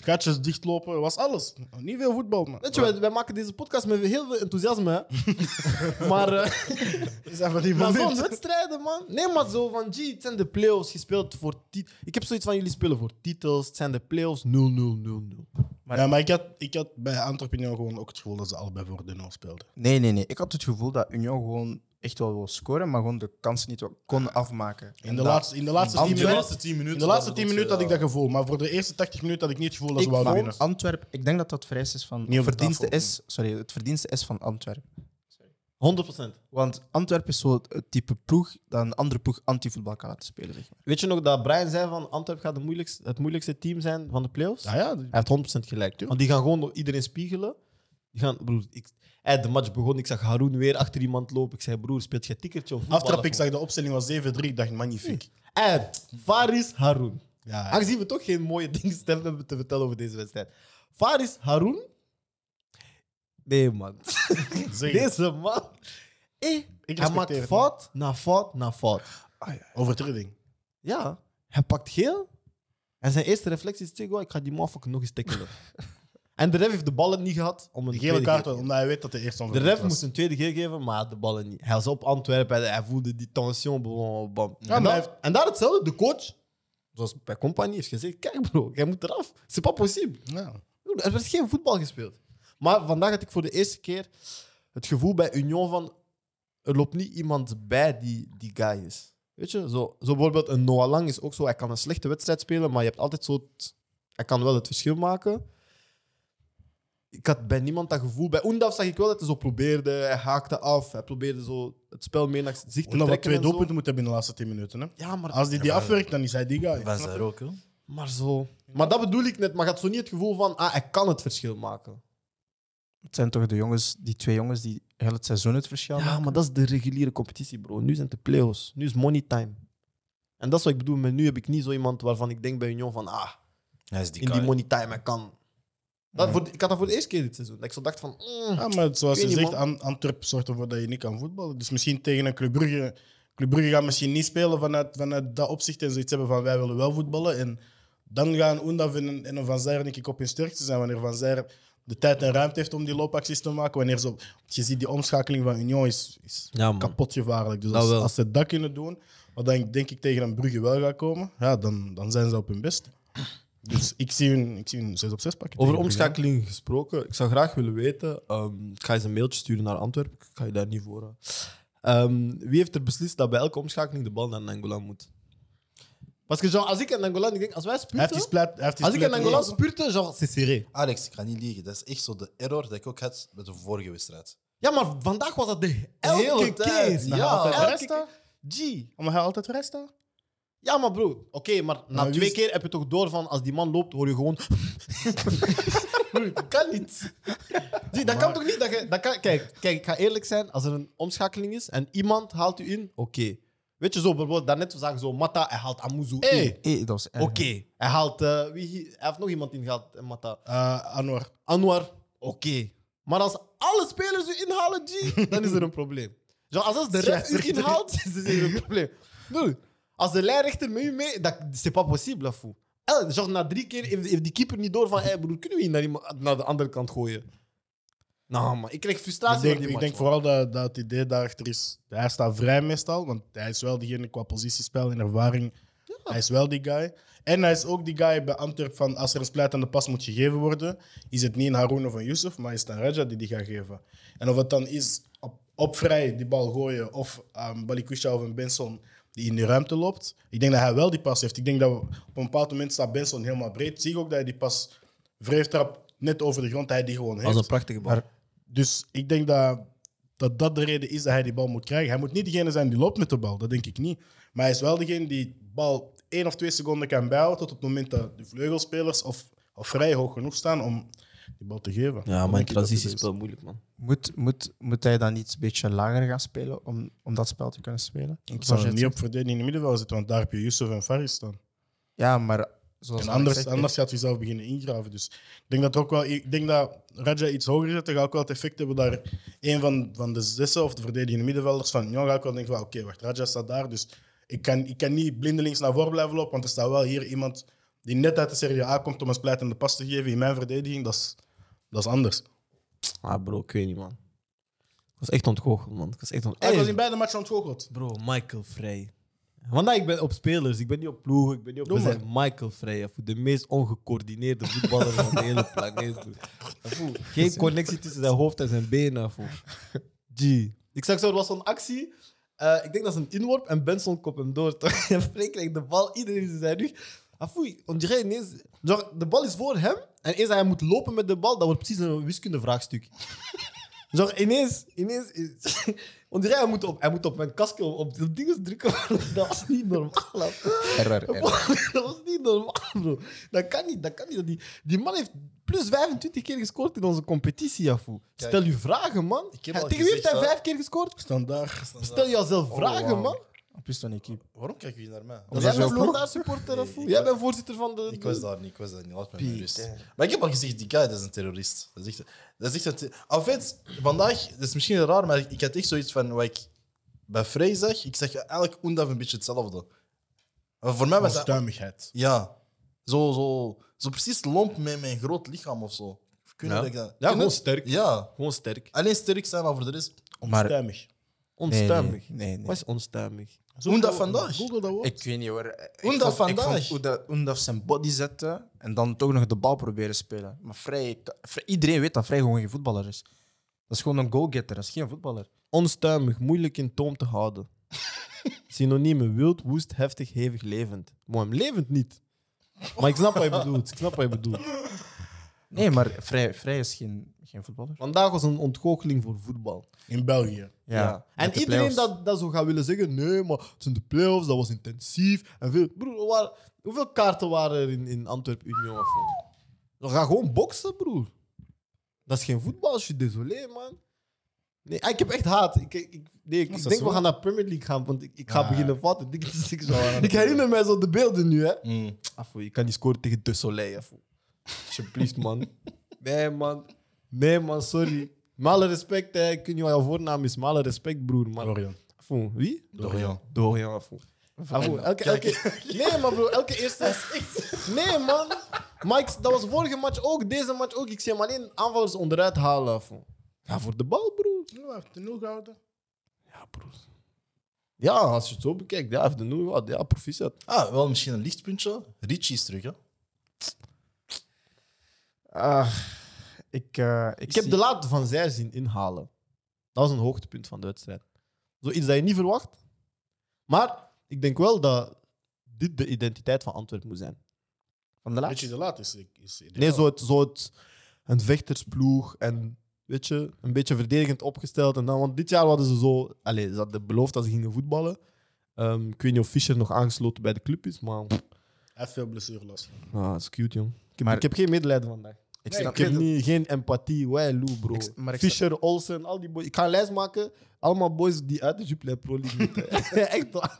[SPEAKER 2] gaatjes dichtlopen, was alles. Niet veel voetbal, man.
[SPEAKER 4] Weet je, wij, wij maken deze podcast met heel veel enthousiasme. Hè? maar eh,
[SPEAKER 2] is even die
[SPEAKER 4] na zo'n
[SPEAKER 2] moment.
[SPEAKER 4] wedstrijden, man. Nee, maar zo van G, het zijn de play-offs gespeeld voor titels. Ik heb zoiets van jullie spelen voor titels. Het zijn de play-offs 0-0-0-0.
[SPEAKER 2] Ja, maar ik had, ik had bij Antwerpen gewoon ook het gevoel dat ze allebei voor de nul speelden.
[SPEAKER 1] Nee, nee, nee. Ik had het gevoel dat Union gewoon echt wel wil scoren, maar gewoon de kansen niet wel kon afmaken.
[SPEAKER 2] In
[SPEAKER 4] Nou,
[SPEAKER 2] de laatste, in de laatste, tien,
[SPEAKER 1] Antwerpen-
[SPEAKER 2] minuten,
[SPEAKER 5] tien
[SPEAKER 2] in
[SPEAKER 5] minuten.
[SPEAKER 2] de laatste tien minuten had ik dat gevoel, maar voor de eerste 80 minuten had ik niet het gevoel dat ze
[SPEAKER 1] Ik
[SPEAKER 2] wouden
[SPEAKER 1] vond
[SPEAKER 2] winnen.
[SPEAKER 1] Antwerp, ik denk dat dat vereist is van.
[SPEAKER 2] Niet op de
[SPEAKER 1] verdienste
[SPEAKER 2] tafel.
[SPEAKER 1] is, sorry, het verdienste is van Antwerp.
[SPEAKER 4] 100%.
[SPEAKER 1] Want Antwerp is zo het- het type ploeg dat een andere ploeg anti-voetbal kan laten spelen. Zeg maar.
[SPEAKER 4] Weet je nog dat Brian zei van Antwerp gaat de moeilijkst- het moeilijkste team zijn van de play-offs?
[SPEAKER 2] Ah ja, die-
[SPEAKER 4] Hij heeft 100% gelijk. Want die gaan gewoon door iedereen spiegelen. Die gaan, broer, ik, hey, de match begon, ik zag Haroon weer achter iemand lopen. Ik zei, broer, speelt jij tikkertje of voetbal
[SPEAKER 2] aftrap,
[SPEAKER 4] of
[SPEAKER 2] ik
[SPEAKER 4] wat?
[SPEAKER 2] zag de opstelling was 7-3, ik dacht magnifiek.
[SPEAKER 4] Hey, Faris Haroun.
[SPEAKER 2] Ja, ja.
[SPEAKER 4] Aangezien we toch geen mooie dingen te hebben te vertellen over deze wedstrijd. Faris Haroun. Nee, man.
[SPEAKER 2] Zeg het.
[SPEAKER 4] Deze man. Eh, hij
[SPEAKER 2] respecteer
[SPEAKER 4] maakt
[SPEAKER 2] het,
[SPEAKER 4] fout na fout na fout.
[SPEAKER 2] Overtreding.
[SPEAKER 4] Ja, hij pakt geel. En En zijn eerste reflex is Thiago, ik ga die motherfucker nog eens tackelen. en de ref heeft de ballen niet gehad om een
[SPEAKER 2] De gele
[SPEAKER 4] tweede
[SPEAKER 2] kaart,
[SPEAKER 4] geel te
[SPEAKER 2] omdat hij weet dat de eerste
[SPEAKER 4] geven. De
[SPEAKER 2] onverwacht
[SPEAKER 4] ref
[SPEAKER 2] was.
[SPEAKER 4] moest een tweede geel geven, maar de ballen niet. Hij was op Antwerpen, hij- hij voelde die tension. Bam, bam.
[SPEAKER 2] maar
[SPEAKER 4] en, daar,
[SPEAKER 2] hij heeft-
[SPEAKER 4] en daar hetzelfde, de coach, zoals bij Compagnie, heeft gezegd, kijk bro, jij moet eraf. C'est pas possible.
[SPEAKER 2] Ja.
[SPEAKER 4] Er werd geen voetbal gespeeld. Maar vandaag had ik voor de eerste keer het gevoel bij Union van... Er loopt niet iemand bij die die guy is. Weet je, zo, zo bijvoorbeeld een Noah Lang is ook zo. Hij kan een slechte wedstrijd spelen, maar je hebt altijd zo... het- hij kan wel het verschil maken. Ik had bij niemand dat gevoel. Bij Oendaf zag ik wel dat hij zo probeerde. Hij haakte af. Hij probeerde zo het spel meer naar zich te
[SPEAKER 2] Omdat we
[SPEAKER 4] trekken.
[SPEAKER 2] twee
[SPEAKER 4] en zo.
[SPEAKER 2] doelpunten moeten hebben in de laatste 10 minuten. Hè?
[SPEAKER 4] Ja, maar
[SPEAKER 2] Als die die afwerkt, dan is hij die guy.
[SPEAKER 5] Van zijn ook, hè?
[SPEAKER 4] Maar zo. Maar dat bedoel ik net. Maar gaat zo niet het gevoel van, ah, hij kan het verschil maken.
[SPEAKER 1] Het zijn toch de jongens, die twee jongens die heel het seizoen het verschil
[SPEAKER 4] Ja,
[SPEAKER 1] maken.
[SPEAKER 4] maar dat is de reguliere competitie, bro. Nu zijn het de play-offs. Nu is money time. En dat is wat ik bedoel. Maar nu heb ik niet zo iemand waarvan ik denk bij Union van, ah,
[SPEAKER 5] Hij is die
[SPEAKER 4] in die
[SPEAKER 5] guy.
[SPEAKER 4] money time, hij kan. Dat voor, de- ik had dat voor de eerste keer dit seizoen. Dat ik zo dacht van, mm,
[SPEAKER 2] Ja, maar zoals
[SPEAKER 4] Ik
[SPEAKER 2] je
[SPEAKER 4] weet niet,
[SPEAKER 2] zegt, An- Antwerp zorgt ervoor dat je niet kan voetballen. Dus misschien tegen een Club Brugge. Club Brugge gaat misschien niet spelen vanuit, vanuit dat opzicht en zoiets hebben van wij willen wel voetballen. En dan gaan Oendaf en, en een Van Zijr denk ik op hun sterkte zijn wanneer Van Zijr de tijd en ruimte heeft om die loopacties te maken. Wanneer ze, op- je ziet die omschakeling van Union is, is
[SPEAKER 4] Ja, man.
[SPEAKER 2] kapot gevaarlijk. Dus
[SPEAKER 4] Dat
[SPEAKER 2] als,
[SPEAKER 4] wel.
[SPEAKER 2] als ze dat kunnen doen, wat dan denk ik tegen een Brugge wel gaat komen, ja, dan, dan zijn ze op hun best. Dus ik zie hun, ik zie hun 6 op 6 pakken.
[SPEAKER 4] Over
[SPEAKER 2] tegen Brugge.
[SPEAKER 4] omschakeling gesproken, ik zou graag willen weten. ehm, ik ga eens een mailtje sturen naar Antwerpen. Ik ga je daar niet voor. eh. Ehm, wie heeft er beslist dat bij elke omschakeling de bal naar Angola moet? Parce que genre, als ik en Angola, ik denk, als wij
[SPEAKER 2] Hij heeft die
[SPEAKER 4] spurten.
[SPEAKER 2] splijt- hij heeft die
[SPEAKER 4] Als ik en
[SPEAKER 2] splijt-
[SPEAKER 4] Angola spurten, genre, c'est serré.
[SPEAKER 5] Alex, ik ga niet liegen. Dat is echt zo de error dat ik ook had met de vorige wedstrijd.
[SPEAKER 4] Ja, maar vandaag was dat de elke
[SPEAKER 5] hele tijd.
[SPEAKER 4] keer.
[SPEAKER 5] Nou,
[SPEAKER 4] Ja,
[SPEAKER 5] altijd
[SPEAKER 4] elke
[SPEAKER 2] Resta?
[SPEAKER 4] keer. G.
[SPEAKER 2] Omdat hij altijd rest staat?
[SPEAKER 4] Ja, maar bro. Oké, maar na
[SPEAKER 2] Maar wie
[SPEAKER 4] twee
[SPEAKER 2] is-
[SPEAKER 4] keer heb je toch door van als die man loopt, hoor je gewoon. Broer, dat kan niet. Zie, dat kan toch niet? Dat je, dat kan, kijk, kijk, ik ga eerlijk zijn. Als er een omschakeling is en iemand haalt u in, oké. Weet je zo, bijvoorbeeld, daarnet we zagen zo Mata, hij haalt Amuzu
[SPEAKER 2] Hey.
[SPEAKER 4] in.
[SPEAKER 1] Hé, dat was erg.
[SPEAKER 4] Oké, hij haalt. eh, wie, hij heeft nog iemand ingehaald, eh, Mata.
[SPEAKER 2] Eh, Anwar.
[SPEAKER 4] Anwar, oké. Maar als alle spelers u inhalen, G, dan is er een probleem. Zo, als als de ref u
[SPEAKER 2] Scheidsrechter.
[SPEAKER 4] inhaalt, is er een probleem. Broer, als de lijnrechter met u mee, dat is pas possible, foe. El, genre, na drie keer heeft, heeft die keeper niet door van, hey, broer, kunnen we hier naar, iemand- naar de andere kant gooien? Nou, man, ik krijg
[SPEAKER 2] ik
[SPEAKER 4] frustratie
[SPEAKER 2] denk,
[SPEAKER 4] van die
[SPEAKER 2] ik
[SPEAKER 4] match,
[SPEAKER 2] denk
[SPEAKER 4] man.
[SPEAKER 2] vooral dat, dat het idee daarachter is. Hij staat vrij meestal, want hij is wel diegene qua positiespel en ervaring. Hij is wel die guy. En hij is ook die guy bij Antwerp van als er een splijtende pas moet gegeven worden, is het niet een Haroun of een Yusuf, maar is het een Raja die die gaat geven. En of het dan is op, op vrij die bal gooien of um, Balikwisha of een Benson die in de ruimte loopt, ik denk dat hij wel die pas heeft. Ik denk dat we, op een bepaald moment staat Benson helemaal breed. Zie ik ook dat hij die pas vreeftrap net over de grond, dat hij die gewoon heeft.
[SPEAKER 5] Dat was een prachtige bal.
[SPEAKER 2] Dus ik denk dat, dat dat de reden is dat hij die bal moet krijgen. Hij moet niet degene zijn die loopt met de bal, dat denk ik niet. Maar hij is wel degene die de bal één of twee seconden kan bijhouden tot op het moment dat de vleugelspelers of, of vrij hoog genoeg staan om die bal te geven.
[SPEAKER 5] Ja,
[SPEAKER 2] Dan
[SPEAKER 5] maar in
[SPEAKER 2] denk ik dat het
[SPEAKER 5] transitie
[SPEAKER 2] is.
[SPEAKER 5] speelt moeilijk, man.
[SPEAKER 1] Moet, moet, moet hij dan iets een beetje lager gaan spelen om, om dat spel te kunnen spelen?
[SPEAKER 2] Ik
[SPEAKER 1] Zoals
[SPEAKER 2] zou
[SPEAKER 1] je
[SPEAKER 2] hem
[SPEAKER 1] het
[SPEAKER 2] niet
[SPEAKER 1] zegt.
[SPEAKER 2] op verdediging in het middenveld zitten, want daar heb je Yusuf en Faris staan.
[SPEAKER 1] Ja, maar zoals
[SPEAKER 2] En
[SPEAKER 1] Alex
[SPEAKER 2] anders,
[SPEAKER 1] zegt,
[SPEAKER 2] anders gaat hij zelf beginnen ingraven. Dus ik denk dat, er ook wel, ik denk dat Raja iets hoger zet, dan gaat ook wel het effect hebben daar een van, van de zessen of de verdedigende middenvelders van Jong gaat ook wel denken van oké, wacht, Raja staat daar, dus ik kan, ik kan niet blindelings naar voren blijven lopen, want er staat wel hier iemand die net uit de Serie A komt om een splijtende pas te geven in mijn verdediging, dat is, dat is anders.
[SPEAKER 4] Ah, bro, ik weet niet, man. Ik was echt ontgoocheld, man. Ik was echt
[SPEAKER 2] Hij Ah, was in
[SPEAKER 4] ontgoocheld.
[SPEAKER 2] beide matchen ontgoocheld.
[SPEAKER 4] Bro, Michael Frey. Want ik ben op spelers, ik ben niet op ploegen, ik ben niet op... We
[SPEAKER 2] maar.
[SPEAKER 4] zijn Michael Frey, hè, voor de meest ongecoördineerde voetballer van de hele planeet. broer. Foe, Geen connectie tussen zijn hoofd en zijn benen. foe. G. Ik zag zo, er was zo'n actie. eh, ik denk dat is een inworp en Benson kop hem door. toch? En Frey krijgt de bal, iedereen is in zijn rug. Afoe, on dirait ineens... Genre, De bal is voor hem en eens dat hij moet lopen met de bal, dat wordt precies een wiskundevraagstuk. Zo, ineens, ineens. is- Want die rij, hij moet op, hij moet op mijn kasken op, op die dingen drukken. maar Dat was niet normaal. hè.
[SPEAKER 1] error, error.
[SPEAKER 4] Dat was niet normaal, bro. Dat kan niet, dat kan niet. Dat Die, die man heeft plus 25 keer gescoord in onze competitie, Afu. Stel je vragen, man.
[SPEAKER 5] heb
[SPEAKER 4] Hij-
[SPEAKER 5] al
[SPEAKER 4] Tegen wie heeft hij
[SPEAKER 5] gezegd, hè.
[SPEAKER 4] vijf keer gescoord?
[SPEAKER 2] Standaard.
[SPEAKER 4] Stel jezelf vragen,
[SPEAKER 1] wauw.
[SPEAKER 4] man.
[SPEAKER 1] Op plus dan keep.
[SPEAKER 5] Waarom kijk je naar mij?
[SPEAKER 4] Dat
[SPEAKER 1] jij
[SPEAKER 4] jij
[SPEAKER 1] zo
[SPEAKER 4] een
[SPEAKER 1] vroeg-
[SPEAKER 4] Vloedaar supporter, Afu.
[SPEAKER 5] Nee, ik
[SPEAKER 4] Jij
[SPEAKER 5] was-
[SPEAKER 4] bent voorzitter van de...
[SPEAKER 5] Ik was daar niet, ik was daar niet. Laat mij met rust. Maar ik heb al gezegd, die guy dat is een terrorist. Dat is echt, dat is echt een te- Al fait, vandaag, dat is misschien raar, maar ik had echt zoiets van wat ik bij Frey zag. Ik zeg eigenlijk Oendaf een beetje hetzelfde. Maar voor mij was dat...
[SPEAKER 2] Onstuimigheid.
[SPEAKER 5] Ja. Zo, zo, zo precies lomp met mijn groot lichaam of zo. Kunnen
[SPEAKER 4] Ja.
[SPEAKER 5] dat ik dat...
[SPEAKER 4] Ja,
[SPEAKER 5] Ken
[SPEAKER 4] gewoon
[SPEAKER 5] het?
[SPEAKER 4] sterk.
[SPEAKER 5] Ja.
[SPEAKER 4] Gewoon sterk.
[SPEAKER 5] Alleen sterk zijn, maar voor de rest...
[SPEAKER 1] Maar
[SPEAKER 2] Stuimig.
[SPEAKER 1] nee, nee,
[SPEAKER 4] Onstuimig.
[SPEAKER 1] nee, nee.
[SPEAKER 4] Wat is onstuimig?
[SPEAKER 5] Hoe dat vandaag?
[SPEAKER 2] Google dat woord.
[SPEAKER 1] Ik weet niet hoor. Ik
[SPEAKER 5] Hoe dat
[SPEAKER 1] vond- ik
[SPEAKER 5] vandaag?
[SPEAKER 1] vond Hoe dat, hoe dat zijn body zette en dan toch nog de bal proberen spelen. Maar Vrij, Vrij- iedereen weet dat Vrij gewoon geen voetballer is. Dat is gewoon een goalgetter, dat is geen voetballer.
[SPEAKER 4] Onstuimig, moeilijk in toom te houden. Synoniemen wild, woest, heftig, hevig, levend. Mooi, hem levend niet. Maar ik snap wat je bedoelt. Ik snap wat je bedoelt.
[SPEAKER 1] Nee, maar Vrij, Vrij is geen, geen voetballer.
[SPEAKER 4] Vandaag was een ontgoocheling voor voetbal.
[SPEAKER 2] In België.
[SPEAKER 1] Ja.
[SPEAKER 4] En
[SPEAKER 1] Met de
[SPEAKER 4] iedereen
[SPEAKER 1] playoffs.
[SPEAKER 4] dat, dat zo gaat willen zeggen: nee, maar het zijn de playoffs, dat was intensief. En veel, broer, waar- hoeveel kaarten waren er in, in Antwerpen Union? of zo? We gaan gewoon boksen, broer. Dat is geen voetbal, je suis désolé, man. Nee, ah, ik heb echt haat. Ik, ik, nee, ik,
[SPEAKER 2] Is
[SPEAKER 4] ik
[SPEAKER 2] dat
[SPEAKER 4] denk
[SPEAKER 2] zo?
[SPEAKER 4] we gaan naar Premier League gaan, want ik, ik ga
[SPEAKER 5] Ah.
[SPEAKER 4] beginnen vatten. Ik, ik, ik herinner mij zo de beelden nu, hè?
[SPEAKER 5] Mm.
[SPEAKER 4] Afo, je kan die scoren tegen De Soleil. Afo. Alsjeblieft, man. Nee, man. Nee, man, sorry. Male respect, hè. Ik weet niet wat jouw voornaam is. Male respect, broer. Man.
[SPEAKER 2] Florian.
[SPEAKER 4] Afo, wie?
[SPEAKER 5] Dorian.
[SPEAKER 4] Dorian, afo. Afo, elke, elke... Nee, man, broer. Elke eerste is echt... Nee, man. Mike, dat was vorige match ook. Deze match ook. Ik zie hem alleen aanvallers onderuit halen, afo. Ja, voor de bal, broer.
[SPEAKER 2] Ja, heeft de nul gehouden.
[SPEAKER 4] Ja, broer. Ja, als je het zo bekijkt. Ja, hij heeft de nul gehad. Ja, proficiat.
[SPEAKER 5] Ah, wel misschien een lichtpuntje. Richie is terug, hè.
[SPEAKER 1] Ah, ik, eh, ik,
[SPEAKER 4] Ik heb
[SPEAKER 1] zie-
[SPEAKER 4] de laatste van zij zien inhalen. Dat was een hoogtepunt van de wedstrijd. Zoiets dat je niet verwacht. Maar ik denk wel dat dit de identiteit van Antwerpen moet zijn.
[SPEAKER 1] van de
[SPEAKER 2] Weet je,
[SPEAKER 1] laatste.
[SPEAKER 2] de laat is. is
[SPEAKER 4] Nee, zo het, zo het een vechtersploeg en weet je, een beetje verdedigend opgesteld. En dan, want dit jaar hadden ze zo, allez, ze hadden beloofd dat ze gingen voetballen. Ehm, ik weet niet of Fischer nog aangesloten bij de club is, maar pff,
[SPEAKER 2] Hij heeft veel blessuurlast.
[SPEAKER 4] ah, is cute, jong. Ik heb,
[SPEAKER 1] Maar-
[SPEAKER 4] ik heb geen medelijden vandaag.
[SPEAKER 1] Ik
[SPEAKER 2] Nee,
[SPEAKER 1] snap
[SPEAKER 4] Ik heb
[SPEAKER 1] niet.
[SPEAKER 4] niet, geen empathie. Wij, Lou, bro.
[SPEAKER 1] Ik- maar ik
[SPEAKER 4] Fischer, Olsen, al die boys. Ik ga een lijst maken. Allemaal boys die uit de Jupiler Pro League moeten. echt waar.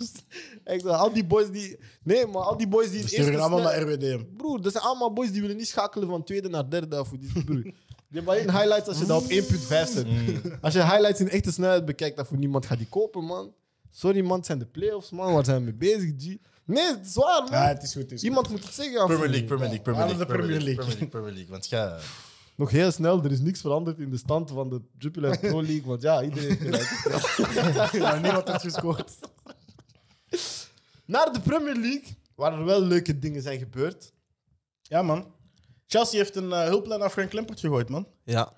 [SPEAKER 4] Echt waar. Al die boys die... Nee, maar al die boys die...
[SPEAKER 2] Dus
[SPEAKER 4] het
[SPEAKER 2] die
[SPEAKER 4] eerste
[SPEAKER 2] gaan allemaal
[SPEAKER 4] snel-
[SPEAKER 2] naar RWDM.
[SPEAKER 4] Broer, dat zijn allemaal boys die willen niet schakelen van tweede naar derde. Of die, broer. Die hebben alleen highlights als je dat op 1.5 zet.
[SPEAKER 2] Mm.
[SPEAKER 4] Als je highlights in echte snelheid bekijkt, dan voor niemand gaat die kopen, man. Sorry, man. Het zijn de playoffs, man. Waar zijn we mee bezig, G? Nee, het is waar, man.
[SPEAKER 2] Ja, het is goed. Het is goed.
[SPEAKER 4] Iemand moet het zeggen.
[SPEAKER 5] Premier
[SPEAKER 4] Afroen.
[SPEAKER 5] League, Premier League, Premier
[SPEAKER 2] Aan
[SPEAKER 5] League.
[SPEAKER 2] de Premier League.
[SPEAKER 5] Premier League, Premier League. Want jij...
[SPEAKER 4] Nog heel snel, er is niks veranderd in de stand van de Jupiler Pro League. Want ja, iedereen heeft gelijk.
[SPEAKER 2] Maar niemand heeft gescoord.
[SPEAKER 4] Naar de Premier League, waar er wel leuke dingen zijn gebeurd.
[SPEAKER 2] Ja, man. Chelsea heeft een eh, hulplijn naar Frank Lampert gegooid, man.
[SPEAKER 4] Ja.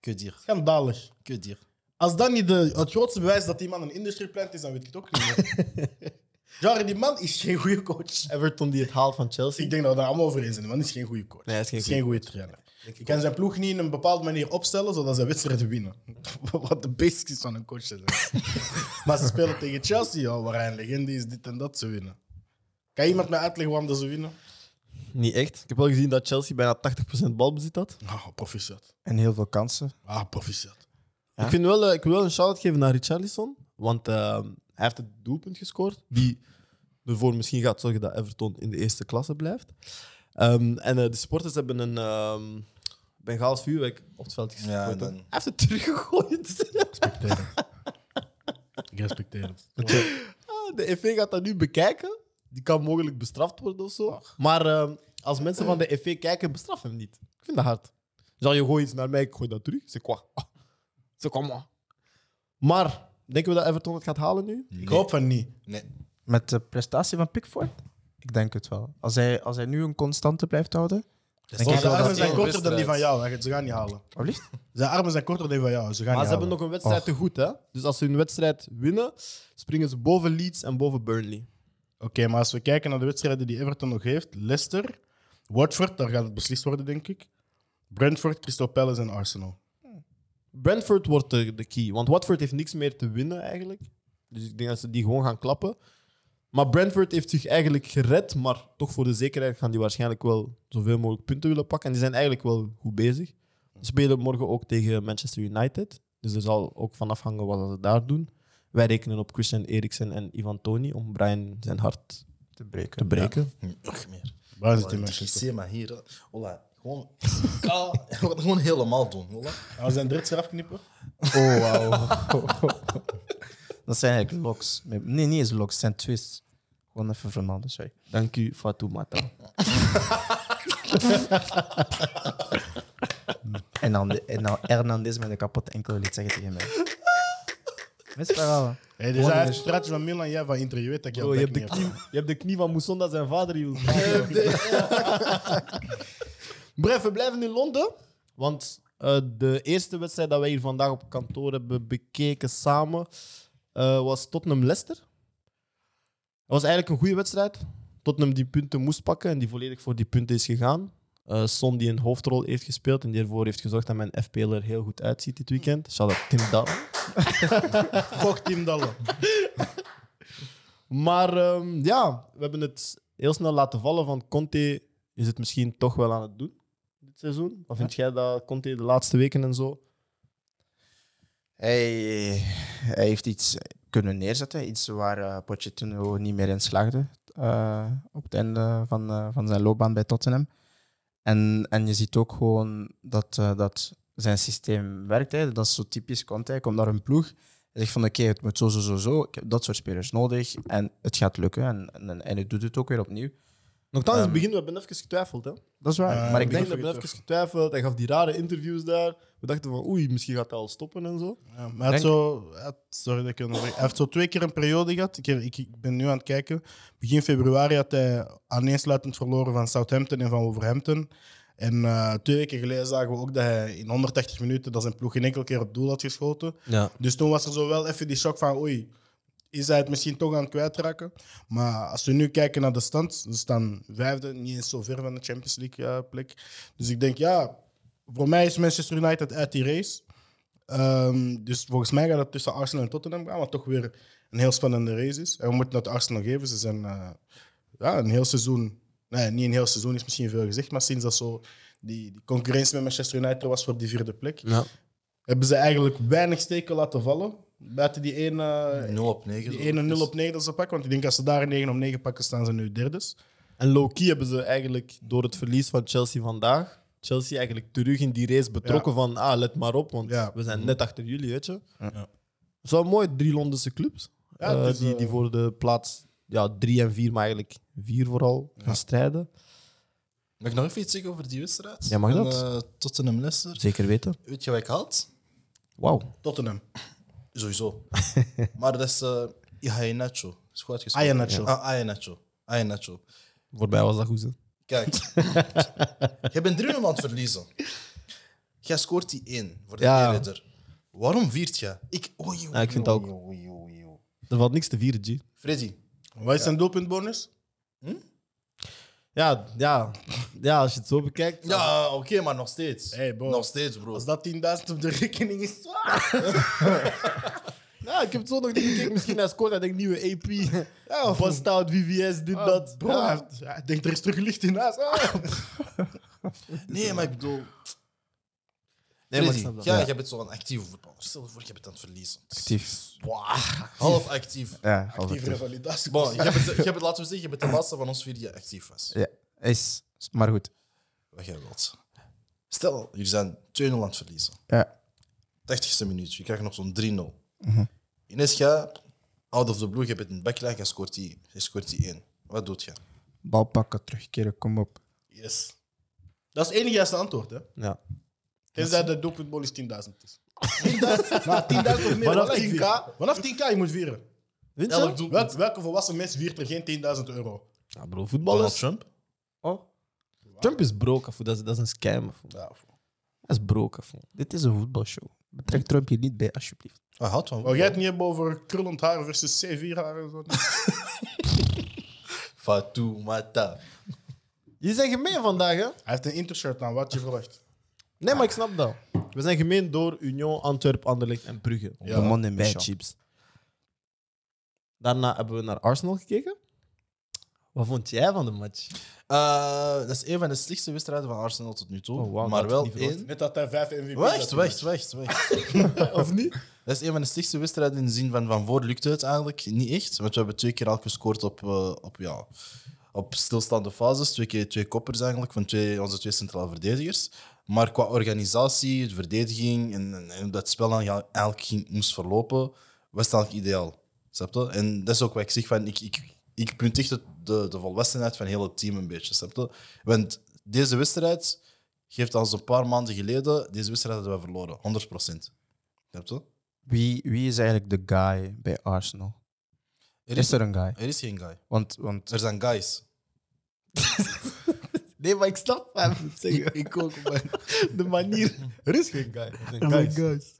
[SPEAKER 5] Kutdier,
[SPEAKER 2] Schandalig.
[SPEAKER 5] kutdier.
[SPEAKER 2] Als dat niet de, het grootste bewijs dat die man een industrieplant is, dan weet ik het ook niet meer. Genre, die man is geen goede coach.
[SPEAKER 4] Everton die het haalt van Chelsea.
[SPEAKER 2] Ik denk dat we daar allemaal over eens zijn. Die man is geen goede coach.
[SPEAKER 4] Nee, hij is geen goede
[SPEAKER 2] goede trainer. Je kan zijn ploeg niet in een bepaalde manier opstellen zodat ze wedstrijden winnen. Wat de basics van een coach zijn. maar ze spelen tegen Chelsea, ja, waar hij een legende is, dit en dat, ze winnen. Kan iemand mij uitleggen waarom dat ze winnen?
[SPEAKER 4] Niet echt. Ik heb wel gezien dat Chelsea bijna 80% balbezit had.
[SPEAKER 2] Ah, proficiat.
[SPEAKER 1] En heel veel kansen.
[SPEAKER 2] Ah, proficiat.
[SPEAKER 4] Ik, vind wel, eh, ik wil wel een shout-out geven naar Richarlison. Want eh, hij heeft het doelpunt gescoord. Die ervoor misschien gaat zorgen dat Everton in de eerste klasse blijft. Ehm, en eh, de supporters hebben een ehm Bengaals vuurwerk op het veld gegooid.
[SPEAKER 5] Ja,
[SPEAKER 4] hè.
[SPEAKER 5] en dan-
[SPEAKER 4] Hij heeft het teruggegooid.
[SPEAKER 2] Ik respecteer het.
[SPEAKER 4] Ah, De FV gaat dat nu bekijken. Die kan mogelijk bestraft worden of zo. Maar ehm, als mensen van de FV kijken, bestraf hem niet. Ik vind dat hard. Zal je gooit iets naar mij, ik gooi dat terug. C'est quoi? Ah, C'est comment? Maar, denken we dat Everton het gaat halen nu?
[SPEAKER 2] Ik hoop van niet.
[SPEAKER 5] Nee.
[SPEAKER 1] Met de prestatie van Pickford? Ik denk het wel. Als hij, als hij nu een constante blijft houden. Dan
[SPEAKER 5] Onze
[SPEAKER 1] kijk ik wel
[SPEAKER 2] Zijn
[SPEAKER 1] dat
[SPEAKER 2] armen
[SPEAKER 1] het
[SPEAKER 2] zijn
[SPEAKER 1] één
[SPEAKER 2] korter dan die van
[SPEAKER 5] wedstrijd.
[SPEAKER 2] jou, hè. ze gaan niet halen.
[SPEAKER 1] Alsjeblieft.
[SPEAKER 2] Zijn armen zijn korter dan die van jou, ze gaan
[SPEAKER 4] Maar
[SPEAKER 2] niet halen.
[SPEAKER 4] ze hebben nog een wedstrijd te goed, hè? Dus als ze hun wedstrijd winnen, springen ze boven Leeds en boven Burnley.
[SPEAKER 2] Oké, maar als we kijken naar de wedstrijden die Everton nog heeft: Leicester, Watford, daar gaat het beslist worden, denk ik. Brentford, Crystal Palace en Arsenal.
[SPEAKER 4] Brentford wordt de, de key. Want Watford heeft niks meer te winnen eigenlijk. Dus ik denk dat ze die gewoon gaan klappen. Maar Brentford heeft zich eigenlijk gered. Maar toch voor de zekerheid gaan die waarschijnlijk wel zoveel mogelijk punten willen pakken. En die zijn eigenlijk wel goed bezig. Ze spelen morgen ook tegen Manchester United. Dus er zal ook van afhangen wat ze daar doen. Wij rekenen op Christian Eriksen en Ivan Toni om Brian zijn hart
[SPEAKER 1] Te breken.
[SPEAKER 4] te breken.
[SPEAKER 5] Nog meer.
[SPEAKER 2] Waar zit die
[SPEAKER 5] Ik
[SPEAKER 2] Manchester?
[SPEAKER 5] zie maar hier. hè. Hola. Gewoon, Ja, gewoon helemaal doen. Hola.
[SPEAKER 2] Gaan we zijn drift eraf knippen?
[SPEAKER 1] Oh, wauw. dat zijn eigenlijk locks. Nee, niet eens locks, het zijn twists. Gewoon dan even Fernandes, sorry.
[SPEAKER 4] Dank u, Fatou Mata.
[SPEAKER 1] En dan, de- en dan Hernandez met een kapotte enkel liet zeggen tegen mij. Wist je wel?
[SPEAKER 2] Hey, dus hij heeft straatje van Milan, jij van Inter. Je weet dat ik jou
[SPEAKER 4] Bro, Oh, je,
[SPEAKER 2] bek
[SPEAKER 4] hebt de
[SPEAKER 2] niet
[SPEAKER 4] knie,
[SPEAKER 2] heb.
[SPEAKER 4] je hebt de knie van Moussonda zijn vader, joh. Bref, we blijven in Londen. Want eh, de eerste wedstrijd dat wij hier vandaag op kantoor hebben bekeken samen eh, was Tottenham-Leicester. Dat was eigenlijk een goede wedstrijd. Tottenham die punten moest pakken en die volledig voor die punten is gegaan. Eh, Son die een hoofdrol heeft gespeeld en die ervoor heeft gezorgd dat mijn FPL er heel goed uitziet dit weekend. Shout-out Tim Down.
[SPEAKER 2] Fuck Team Dalle.
[SPEAKER 4] Maar ehm, ja, we hebben het heel snel laten vallen van Conte is het misschien toch wel aan het doen dit seizoen. Wat vind jij dat Conte de laatste weken en zo?
[SPEAKER 1] Hij, hij heeft iets kunnen neerzetten, iets waar eh, Pochettino niet meer in slaagde eh, op het einde van, eh, van zijn loopbaan bij Tottenham. En, en je ziet ook gewoon dat, eh, dat zijn systeem werkt. Hè. Dat is zo typisch Conte. Hij komt naar een ploeg en zegt van oké, het moet zo, zo, zo, zo. Ik heb dat soort spelers nodig en het gaat lukken. En, en, en hij doet het ook weer opnieuw.
[SPEAKER 4] Nogthans, in het
[SPEAKER 1] Ehm,
[SPEAKER 4] begin, we hebben even getwijfeld. Hè?
[SPEAKER 1] Dat is waar.
[SPEAKER 2] Eh,
[SPEAKER 1] maar ik
[SPEAKER 4] Ik
[SPEAKER 1] denk
[SPEAKER 4] denk
[SPEAKER 2] begin
[SPEAKER 4] dat
[SPEAKER 2] van
[SPEAKER 4] we hebben even getwijfeld. Hij gaf die rare interviews daar. We dachten van, oei, misschien gaat hij al stoppen en zo.
[SPEAKER 2] Ja, maar hij had
[SPEAKER 1] Denk-
[SPEAKER 2] zo, hij had- sorry dat ik je onderbreek. Hij heeft zo twee keer een periode gehad. Ik, heb- ik, ik ben nu aan het kijken. Begin februari had hij aaneensluitend verloren van Southampton en van Wolverhampton. En eh, twee weken geleden zagen we ook dat hij in 180 minuten dat zijn ploeg geen enkel keer op doel had geschoten.
[SPEAKER 4] Ja.
[SPEAKER 2] Dus toen was er zo wel even die shock van oei, is hij het misschien toch aan het kwijtraken? Maar als we nu kijken naar de stand, ze staan vijfde, niet eens zo ver van de Champions League eh, plek. Dus ik denk ja, voor mij is Manchester United uit die race. Ehm, dus volgens mij gaat het tussen Arsenal en Tottenham gaan, wat toch weer een heel spannende race is. En we moeten het Arsenal geven. Ze zijn eh, ja, een heel seizoen, nee, niet een heel seizoen is misschien veel gezegd, maar sinds dat zo die, die concurrentie met Manchester United was voor die vierde plek,
[SPEAKER 4] Ja.
[SPEAKER 2] hebben ze eigenlijk weinig steken laten vallen. Buiten die ene,
[SPEAKER 5] 0 op dus- 9.
[SPEAKER 2] die ene 0 op 9 dat ze pakken. Want ik denk als ze daar een 9 op 9 pakken, staan ze nu derdes.
[SPEAKER 4] En low-key hebben ze eigenlijk door het verlies van Chelsea vandaag... Chelsea eigenlijk terug in die race betrokken van... Ah, let maar op, want
[SPEAKER 2] Ja.
[SPEAKER 4] we zijn net achter jullie, weet je.
[SPEAKER 1] Ja.
[SPEAKER 2] Ja.
[SPEAKER 4] Het is wel mooi, drie Londense clubs.
[SPEAKER 2] Ja, het
[SPEAKER 4] eh,
[SPEAKER 2] is,
[SPEAKER 4] die,
[SPEAKER 2] eh,
[SPEAKER 4] die voor de plaats ja, drie en vier, maar eigenlijk vier vooral, gaan strijden.
[SPEAKER 5] Mag ik nog even iets zeggen over die wedstrijd?
[SPEAKER 4] Ja, mag
[SPEAKER 5] Van,
[SPEAKER 4] dat?
[SPEAKER 5] eh, Tottenham Leicester.
[SPEAKER 4] Zeker weten.
[SPEAKER 5] Weet je wat ik had?
[SPEAKER 4] Wauw.
[SPEAKER 2] Tottenham.
[SPEAKER 5] Sowieso. maar dat is eh Iheanacho. Is goed uitgesproken.
[SPEAKER 2] Iheanacho.
[SPEAKER 5] Ah, Iheanacho. Iheanacho.
[SPEAKER 4] Voor mij was dat goed. Hè?
[SPEAKER 5] Kijk. je bent 3-0 aan het verliezen. Jij scoort die 1 voor de
[SPEAKER 4] Ja.
[SPEAKER 5] ja. redder. Waarom viert jij? Ik, oei, oei,
[SPEAKER 4] Ja, ik vind het
[SPEAKER 5] oei,
[SPEAKER 4] ook.
[SPEAKER 5] oei, oei, oei.
[SPEAKER 4] Er valt niks te vieren, G.
[SPEAKER 5] Freddy,
[SPEAKER 2] Wat is zijn doelpuntbonus?
[SPEAKER 4] Ja, ja, ja, als je het zo bekijkt.
[SPEAKER 5] Ja, oké, maar nog steeds.
[SPEAKER 2] Hey, bro.
[SPEAKER 5] Nog steeds, bro.
[SPEAKER 2] Als dat 10.000 op de rekening is, ah,
[SPEAKER 4] Ja, ik heb het zo nog niet gekeken. Misschien hij scoort, hij denkt nieuwe AP. Ja, of Bust out, VVS,
[SPEAKER 5] Ah.
[SPEAKER 4] dit, dat.
[SPEAKER 2] Ah, bro,
[SPEAKER 4] Ja.
[SPEAKER 2] hij- hij denkt er is terug licht in huis. Ah.
[SPEAKER 5] Nee, maar ik bedoel...
[SPEAKER 4] Nee, maar ik
[SPEAKER 5] Freddy,
[SPEAKER 4] snap dat.
[SPEAKER 5] ja,
[SPEAKER 4] Ja.
[SPEAKER 5] je bent zo'n actieve voetballer. Stel je voor, je bent aan het verliezen.
[SPEAKER 1] actief.
[SPEAKER 5] Wow, half actief.
[SPEAKER 1] Ja, half
[SPEAKER 2] Die
[SPEAKER 1] actief.
[SPEAKER 2] revalidatie.
[SPEAKER 5] Bon, je, bent, je bent, laten we zeggen, je bent de laatste van ons vier die actief was.
[SPEAKER 1] Ja, is, maar goed.
[SPEAKER 5] Wat jij wilt. Stel, jullie zijn 2-0 aan het verliezen.
[SPEAKER 1] Ja.
[SPEAKER 5] 80ste minuut, je krijgt nog zo'n 3-0.
[SPEAKER 4] Mhm.
[SPEAKER 5] Ines, jij, out of the blue, je bent een backline, je scoort die, je scoort die 1. Wat doet je?
[SPEAKER 1] Bal pakken, terugkeren, kom op.
[SPEAKER 2] Yes. Dat is het enige juiste antwoord, hè.
[SPEAKER 4] Ja.
[SPEAKER 2] Tenzij de doelpuntbonus 10.000 is. 10.000? Maar 10.000 of meer.
[SPEAKER 4] Vanaf
[SPEAKER 2] dan
[SPEAKER 4] 10K?
[SPEAKER 2] Vanaf 10k je moet vieren.
[SPEAKER 4] Vind
[SPEAKER 2] Elk
[SPEAKER 4] je?
[SPEAKER 2] doelpunt. Welk, welke volwassen mens viert er geen 10.000 euro?
[SPEAKER 4] Ja, bro,
[SPEAKER 5] Donald
[SPEAKER 4] voetballers.
[SPEAKER 5] Trump?
[SPEAKER 1] Oh,
[SPEAKER 4] Trump is broke, afo. dat is, dat is een scam. afo.
[SPEAKER 2] Ja,
[SPEAKER 4] Hij is broke. afo.
[SPEAKER 1] dit is een voetbalshow. Betrek Trump hier niet bij, alsjeblieft.
[SPEAKER 5] Hij houdt Ah, van
[SPEAKER 2] Wou jij het niet hebben over krullend haar versus C4 haar en zo?
[SPEAKER 5] Fatou Mata.
[SPEAKER 4] Jullie zijn gemeen vandaag, hè?
[SPEAKER 2] Hij heeft een intershirt aan, wat je verwacht.
[SPEAKER 4] Nee, maar ik snap dat. We zijn gemeen door Union, Antwerp, Anderlecht en Brugge.
[SPEAKER 1] Ja. De man in
[SPEAKER 4] Bij
[SPEAKER 1] Michel.
[SPEAKER 4] chips. Daarna hebben we naar Arsenal gekeken. Wat vond jij van de match?
[SPEAKER 5] Eh, dat is een van de slechtste wedstrijden van Arsenal tot nu toe.
[SPEAKER 4] Oh, wauw,
[SPEAKER 5] maar
[SPEAKER 4] dat
[SPEAKER 5] wel
[SPEAKER 4] had ik niet
[SPEAKER 5] één.
[SPEAKER 2] Net dat hij 5 MVP's
[SPEAKER 5] Wacht,
[SPEAKER 2] had.
[SPEAKER 5] wacht, wacht, wacht.
[SPEAKER 4] of niet?
[SPEAKER 5] Dat is een van de slechtste wedstrijden in de zin van van voor lukte het eigenlijk niet echt. Want we hebben twee keer al gescoord op, eh, op, ja, op stilstaande fases. Twee keer twee koppers eigenlijk van twee, onze twee centrale verdedigers. Maar qua organisatie, de verdediging en, en, en hoe dat spel dan ja, eigenlijk ging, moest verlopen, was het eigenlijk ideaal. Snap je? En dat is ook wat ik zeg van ik, ik, ik punt echt het- de, de volwassenheid van heel het team een beetje. Snap je? Want deze wedstrijd geeft als een paar maanden geleden, deze wedstrijd hadden we verloren, 100 procent. Snap je?
[SPEAKER 1] Wie, wie is eigenlijk de guy bij Arsenal?
[SPEAKER 5] Er
[SPEAKER 1] Is
[SPEAKER 5] is,
[SPEAKER 1] er een guy?
[SPEAKER 5] er is geen guy.
[SPEAKER 1] Want, want
[SPEAKER 5] Er zijn guys.
[SPEAKER 4] Nee, maar ik snap wat je moet zeggen. ik ook, maar de manier.
[SPEAKER 5] Er is geen guy.
[SPEAKER 4] Guys.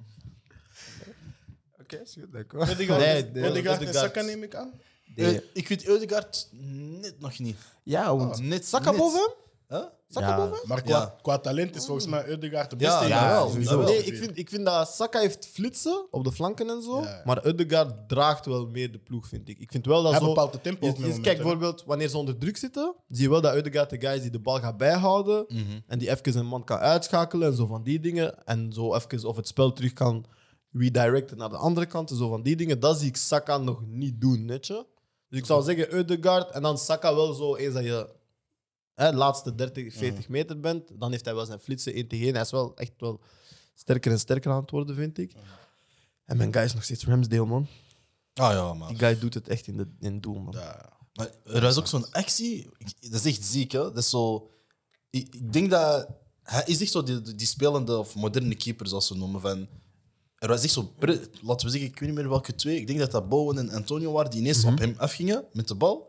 [SPEAKER 1] Oké, is goed, dankjewel.
[SPEAKER 2] Odegaard
[SPEAKER 4] Nee, nee,
[SPEAKER 2] Odegaard en
[SPEAKER 5] Odegaard.
[SPEAKER 2] Saka neem ik aan.
[SPEAKER 5] Eh, Ik weet Eudegaard net nog niet.
[SPEAKER 1] Ja, want...
[SPEAKER 5] Net
[SPEAKER 4] Saka
[SPEAKER 5] net.
[SPEAKER 4] boven hem?
[SPEAKER 5] Huh?
[SPEAKER 4] Saka
[SPEAKER 1] Ja.
[SPEAKER 4] boven hem?
[SPEAKER 2] Maar qua,
[SPEAKER 5] Ja.
[SPEAKER 2] qua talent is volgens mij Odegaard de
[SPEAKER 5] Ja,
[SPEAKER 2] beste. in de
[SPEAKER 5] ja,
[SPEAKER 2] wereld.
[SPEAKER 5] sowieso. Jawel.
[SPEAKER 4] Nee, ik vind, ik vind dat Saka heeft flitsen op de flanken en zo.
[SPEAKER 2] Ja.
[SPEAKER 4] Maar Udegaard draagt wel meer de ploeg, vind ik. Ik vind wel dat
[SPEAKER 2] Hij
[SPEAKER 4] zo...
[SPEAKER 2] bepaalt de tempo.
[SPEAKER 4] Je-
[SPEAKER 2] op
[SPEAKER 4] je-
[SPEAKER 2] dit moment,
[SPEAKER 4] kijk,
[SPEAKER 2] hè.
[SPEAKER 4] bijvoorbeeld, wanneer ze onder druk zitten, zie je wel dat Udegaard de guy is die de bal gaat bijhouden
[SPEAKER 2] Mhm.
[SPEAKER 4] en die even een man kan uitschakelen en zo van die dingen. En zo even of het spel terug kan redirecten naar de andere kant en zo van die dingen. Dat zie ik Saka nog niet doen, netje. Dus ik zou zeggen Udegaard en dan Saka wel zo eens dat je hè, laatste
[SPEAKER 2] Mhm.
[SPEAKER 4] 30, 40 meter bent. Dan heeft hij wel zijn flitsen 1 tegen 1. Hij is wel echt wel sterker en sterker aan het worden, vind ik.
[SPEAKER 2] Mhm.
[SPEAKER 4] En mijn guy is nog steeds Ramsdale, man.
[SPEAKER 5] Ah ja, maar.
[SPEAKER 4] Die guy doet het echt in, de, in het doel, man.
[SPEAKER 2] Ja.
[SPEAKER 5] Maar er was ook zo'n actie. Ik- Dat is echt ziek, hè? Dat is zo. Ik, ik denk dat. Hij is echt zo die, die- die spelende of moderne keeper, zoals ze noemen. Van, er was echt zo. pre- Laten we zeggen, ik weet niet meer welke twee. Ik denk dat dat Bowen en Antonio waren die ineens op hem afgingen met de bal.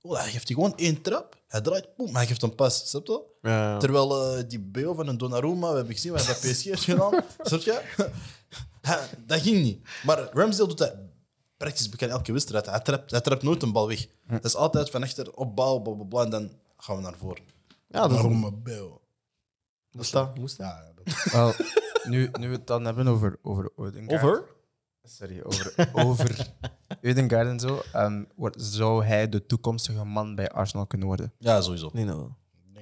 [SPEAKER 5] Oh, hij geeft die gewoon één trap. Hij draait, boem, hij geeft een pas. Snap je? Terwijl eh, die BO van een Donnarumma, we hebben gezien wat hij bij PSG heeft gedaan. Snap je? Ha, dat ging niet. Maar Ramsdale doet dat praktisch bekend elke wedstrijd. Hij trapt, hij trapt nooit een bal weg. Dat is altijd van achter opbouw, bla bla bla, en dan gaan we naar voren.
[SPEAKER 4] Ja, dat is
[SPEAKER 2] Waarom Beel?
[SPEAKER 4] moest dat. Moest dat.
[SPEAKER 2] Ja, dat-
[SPEAKER 1] Wel, nu, nu we het dan hebben over, over Odegaard.
[SPEAKER 4] Over?
[SPEAKER 1] Sorry, over, over Odegaard en zo. ehm, wordt, zou hij de toekomstige man bij Arsenal kunnen worden?
[SPEAKER 5] Ja, sowieso.
[SPEAKER 4] Nee, nou wel.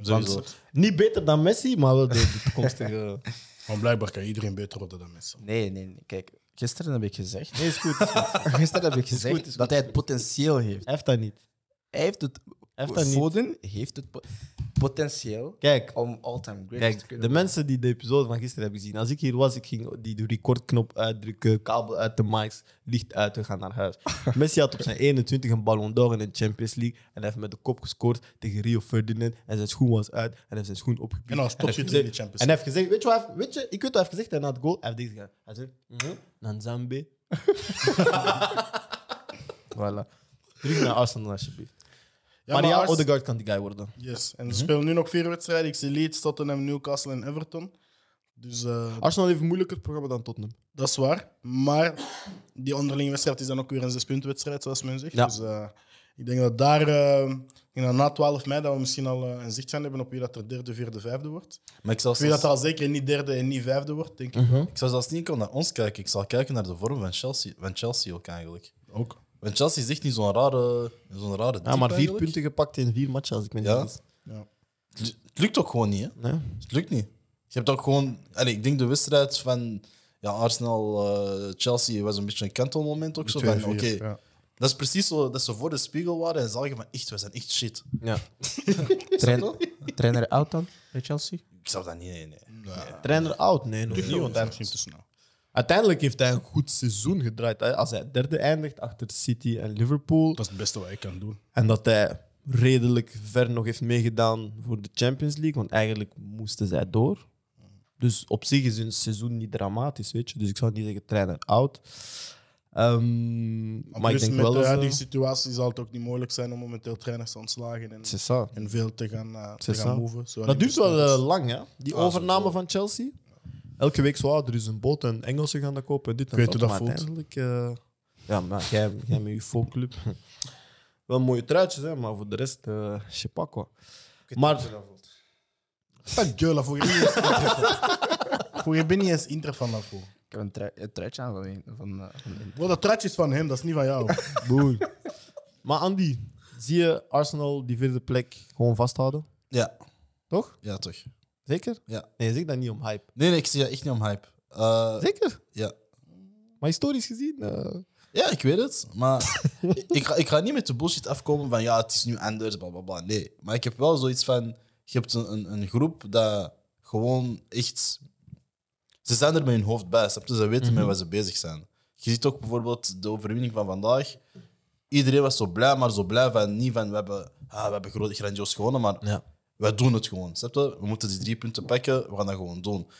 [SPEAKER 5] sowieso.
[SPEAKER 4] Niet beter dan Messi, maar wel de, de toekomstige.
[SPEAKER 2] Want blijkbaar kan iedereen beter worden dan mensen.
[SPEAKER 1] Nee, nee, nee. Kijk, gisteren heb ik gezegd...
[SPEAKER 4] Nee, is goed. Hij
[SPEAKER 1] Gisteren heb ik gezegd
[SPEAKER 4] is goed.
[SPEAKER 1] dat hij het potentieel heeft.
[SPEAKER 4] heeft dat niet.
[SPEAKER 1] Hij heeft het...
[SPEAKER 4] Hij heeft dat niet.
[SPEAKER 1] Foden heeft het po- potentieel
[SPEAKER 4] Kijk,
[SPEAKER 1] om all-time great te
[SPEAKER 4] kijk,
[SPEAKER 1] kunnen
[SPEAKER 4] de mensen die de episode van gisteren hebben gezien, als ik hier was, ik ging die recordknop uitdrukken, kabel uit de mics, licht uit, we gaan naar huis. Messi had op zijn 21 een Ballon d'Or in de Champions League en hij heeft met de kop gescoord tegen Rio Ferdinand en zijn schoen was uit en hij heeft zijn schoen opgepikt.
[SPEAKER 2] En dan stop je
[SPEAKER 4] heeft
[SPEAKER 2] terug in
[SPEAKER 4] gezegd-
[SPEAKER 2] de Champions
[SPEAKER 4] En hij heeft gezegd, weet je wat, hij heeft- weet je, ik weet wat hij heeft gezegd hè, na het goal, hij heeft dit gedaan. Hij zegt, "Mhm, naar Zambé,
[SPEAKER 1] Voilà.
[SPEAKER 4] terug naar Arsenal alsjeblieft.
[SPEAKER 2] Ja,
[SPEAKER 4] maar ja,
[SPEAKER 2] Ars-
[SPEAKER 4] Odegaard kan die guy worden.
[SPEAKER 2] Yes. En ze spelen nu nog vier wedstrijden. Ik zie Leeds, Tottenham, Newcastle en Everton. Dus eh,
[SPEAKER 4] Arsenal heeft een moeilijker programma dan Tottenham.
[SPEAKER 2] dat is waar. Maar die onderlinge wedstrijd is dan ook weer een zespuntwedstrijd, zoals men zegt.
[SPEAKER 4] Ja.
[SPEAKER 2] Dus eh, ik denk dat daar eh, ik denk dat na 12 mei dat we misschien al eh, een zicht gaan hebben op wie dat er derde, vierde, vijfde wordt.
[SPEAKER 5] Maar ik zou,
[SPEAKER 2] Of wie
[SPEAKER 5] zelfs,
[SPEAKER 2] dat er al zeker niet derde en niet vijfde wordt, denk ik.
[SPEAKER 5] ik zou zelfs niet enkel naar ons kijken. Ik zal kijken naar de vorm van Chelsea, van Chelsea ook eigenlijk.
[SPEAKER 2] Ook.
[SPEAKER 5] Want Chelsea is echt niet zo'n rare, zo'n rare
[SPEAKER 4] Ja, maar vier
[SPEAKER 5] punten.
[SPEAKER 4] punten gepakt in vier matchen, als ik me niet
[SPEAKER 5] Ja.
[SPEAKER 4] vergis.
[SPEAKER 2] Ja.
[SPEAKER 5] Het lukt ook gewoon niet, hè?
[SPEAKER 4] Nee?
[SPEAKER 5] Het lukt niet. Je hebt ook gewoon. Allee, ik denk de wedstrijd van ja, Arsenal, eh, Chelsea was een beetje een kantelmoment ook. Zo van, oké,
[SPEAKER 2] 2-4, ja.
[SPEAKER 5] dat is precies zo dat ze voor de spiegel waren en zagen van echt, we zijn echt shit.
[SPEAKER 4] Ja.
[SPEAKER 1] Train, trainer oud dan bij Chelsea?
[SPEAKER 5] Ik zou dat niet. Nee, nee.
[SPEAKER 4] Trainer oud? Nee, nog niet. Want hij-
[SPEAKER 2] misschien te snel.
[SPEAKER 4] uiteindelijk heeft hij een goed seizoen gedraaid. hè. Als hij derde eindigt achter City en Liverpool.
[SPEAKER 2] Dat is het beste wat ik kan doen.
[SPEAKER 4] En dat hij redelijk ver nog heeft meegedaan voor de Champions League. Want eigenlijk moesten zij door. Dus op zich is hun seizoen niet dramatisch, weet je. Dus ik zou niet zeggen trainer oud. Ehm, maar ik
[SPEAKER 2] Plus,
[SPEAKER 4] denk
[SPEAKER 2] met
[SPEAKER 4] wel
[SPEAKER 2] de
[SPEAKER 4] dat
[SPEAKER 2] huidige
[SPEAKER 4] ze...
[SPEAKER 2] situatie zal het ook niet moeilijk zijn om momenteel trainers te ontslagen en,
[SPEAKER 4] C'est ça.
[SPEAKER 2] en veel te gaan, eh, te
[SPEAKER 4] C'est
[SPEAKER 2] gaan
[SPEAKER 4] ça.
[SPEAKER 2] moven. Zo dus
[SPEAKER 4] Dat
[SPEAKER 2] niet
[SPEAKER 4] duurt
[SPEAKER 2] te snel
[SPEAKER 4] wel
[SPEAKER 2] is. Ah,
[SPEAKER 4] eh, lang, hè? Die overname van Chelsea. Elke week zo, ah, er is een boot en Engelsen gaan dat kopen. Dit en
[SPEAKER 2] Ik weet hoe dat
[SPEAKER 4] Maar
[SPEAKER 2] voelt.
[SPEAKER 4] uiteindelijk, eh, ja, maar jij, jij met je folkclub. wel mooie truitjes, hè, maar voor de rest, eh je sais pas quoi. Maar
[SPEAKER 2] Fuck girl, voor je bent niet eens- voor je bent niet eens Inter van daarvoor.
[SPEAKER 1] Ik heb een, tra- een truitje aan van, een- van, eh, van een-
[SPEAKER 2] Bro, dat truitje is van hem, dat is niet van jou.
[SPEAKER 4] boei. maar Andy, zie je Arsenal die vierde plek gewoon vasthouden?
[SPEAKER 5] Ja,
[SPEAKER 4] Toch?
[SPEAKER 5] ja, toch.
[SPEAKER 4] Zeker?
[SPEAKER 5] Ja.
[SPEAKER 4] Nee, zeg dat niet om hype.
[SPEAKER 5] Nee, nee, ik zie dat echt niet om hype. Eh,
[SPEAKER 4] Zeker?
[SPEAKER 5] ja.
[SPEAKER 4] Maar historisch gezien. eh,
[SPEAKER 5] ja, ik weet het. Maar ik- ik, ga, ik ga niet met de bullshit afkomen van ja, het is nu anders, bla bla bla. Nee, maar ik heb wel zoiets van: je hebt een, een, een groep dat gewoon echt ze zijn er met hun hoofd bij. Snap je? Ze weten met wat ze bezig zijn. Je ziet ook bijvoorbeeld de overwinning van vandaag. Iedereen was zo blij, maar zo blij van niet van we hebben, ah, we hebben grote grandioos gewonnen, maar
[SPEAKER 4] Ja.
[SPEAKER 5] wij doen het gewoon. Snap je? We moeten die drie punten pakken, we gaan dat gewoon doen.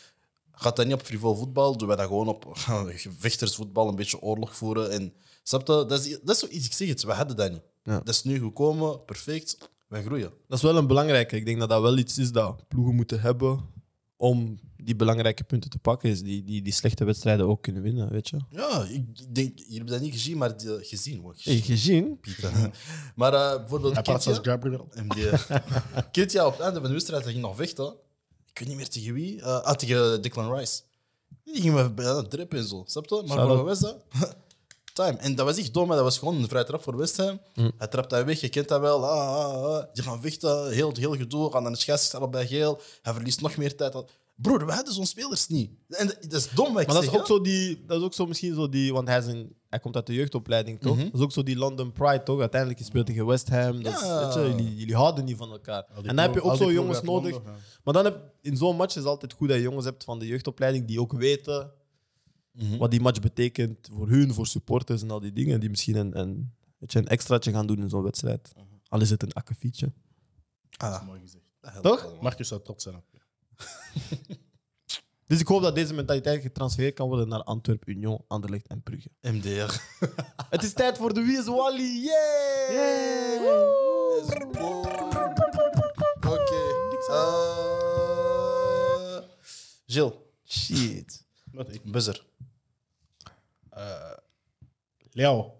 [SPEAKER 5] Gaat dat niet op frivol voetbal, doen wij dat gewoon op vechtersvoetbal, een beetje oorlog voeren. En, snap je? Dat is, dat is zoiets, ik zeg het, we hadden dat niet.
[SPEAKER 4] Ja.
[SPEAKER 5] Dat is nu gekomen, perfect, wij groeien.
[SPEAKER 4] Dat is wel een belangrijke. Ik denk dat dat wel iets is dat ploegen moeten hebben om die belangrijke punten te pakken. Is die, die, die slechte wedstrijden ook kunnen winnen, weet je.
[SPEAKER 5] Ja, ik ik denk, jullie hebben dat niet gezien, maar die- gezien wordt.
[SPEAKER 4] Hey, gezien?
[SPEAKER 5] Maar eh, bijvoorbeeld
[SPEAKER 2] Hij praat zoals
[SPEAKER 5] Kitja,
[SPEAKER 2] Gabriel.
[SPEAKER 5] Kitja eh, op het einde van de wedstrijd hij ging nog vechten. Ik weet niet meer tegen wie. Eh, ah, tegen Declan Rice. Die ging me bijna drippen en zo. Snap je? Maar
[SPEAKER 4] Shout-out.
[SPEAKER 5] voor West Ham... Time. En dat was echt dom, maar dat was gewoon een vrije trap voor West Ham.
[SPEAKER 4] Mm.
[SPEAKER 5] Hij trapt hij weg, je kent dat wel. Ah, ah, ah. Die gaan vechten, heel, heel gedoe. Gaan aan de scheidsrechter bij geel. Hij verliest nog meer tijd. Broer, we hadden zo'n spelers niet. En dat, dat is dom, wat ik
[SPEAKER 4] Maar dat is
[SPEAKER 5] zeg,
[SPEAKER 4] ook
[SPEAKER 5] hè.
[SPEAKER 4] zo die, dat is ook zo misschien zo die, want hij, is een, hij komt uit de jeugdopleiding
[SPEAKER 2] Mhm.
[SPEAKER 4] toch? Dat is ook zo die London Pride toch? Uiteindelijk je speelt tegen West Ham. Dat is-
[SPEAKER 5] Ja.
[SPEAKER 4] weet je, jullie, jullie houden niet van elkaar.
[SPEAKER 2] die
[SPEAKER 4] en dan heb je
[SPEAKER 2] ploeg- al
[SPEAKER 4] ook
[SPEAKER 2] die
[SPEAKER 4] zo jongens
[SPEAKER 2] ploegen uit
[SPEAKER 4] nodig.
[SPEAKER 2] Londen,
[SPEAKER 4] Maar dan heb in zo'n match is het altijd goed dat je jongens hebt van de jeugdopleiding die ook weten
[SPEAKER 2] Mhm.
[SPEAKER 4] wat die match betekent voor hun, voor supporters en al die dingen. Die misschien een, een, weet je, een extraatje gaan doen in zo'n wedstrijd.
[SPEAKER 2] Mhm.
[SPEAKER 4] Al is het een akkefietje.
[SPEAKER 5] Ah,
[SPEAKER 2] Mooi gezegd.
[SPEAKER 5] dat helpt
[SPEAKER 4] Toch?
[SPEAKER 5] allemaal.
[SPEAKER 2] Marcus zou trots zijn op je.
[SPEAKER 4] Dus ik hoop dat deze mentaliteit getransfereerd kan worden naar Antwerp, Union, Anderlecht en Brugge.
[SPEAKER 5] MDR.
[SPEAKER 4] Het is tijd voor de Wie is Wally. Yeah!
[SPEAKER 5] Oké. Eh, Gilles,
[SPEAKER 4] Shit.
[SPEAKER 2] Wat ik.
[SPEAKER 5] buzzer.
[SPEAKER 2] Leo.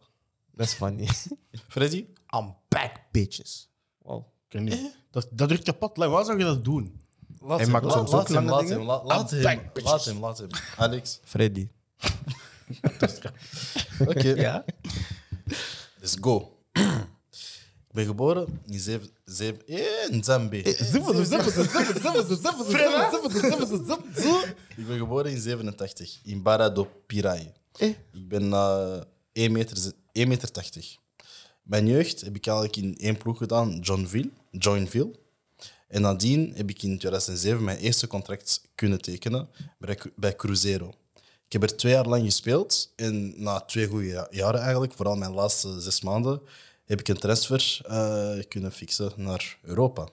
[SPEAKER 4] Dat is funny.
[SPEAKER 5] Freddy?
[SPEAKER 1] I'm back, bitches.
[SPEAKER 2] Ik weet niet. Dat, dat drukt kapot. Lang. Waar zou je dat doen?
[SPEAKER 5] Laat
[SPEAKER 1] Hij maakt soms ook lange
[SPEAKER 5] laat
[SPEAKER 1] dingen.
[SPEAKER 5] hem, laat, laat hem,
[SPEAKER 2] back,
[SPEAKER 5] laat hem, laat hem, Alex.
[SPEAKER 4] Freddy.
[SPEAKER 5] Oké. Dus go. Ik ben geboren in zeven, zeven, eh, in Zambia. Ik ben geboren in 87 in Barra do Piraí. Ik ben eh 1 meter, ze- 1 meter 80. Mijn jeugd heb ik eigenlijk in één ploeg gedaan, Joinville. Joinville. En nadien heb ik in 2007 mijn eerste contract kunnen tekenen bij, Cru- bij Cruzeiro. Ik heb er twee jaar lang gespeeld en na twee goede ja- jaren eigenlijk, vooral mijn laatste zes maanden, heb ik een transfer eh, kunnen fixen naar Europa.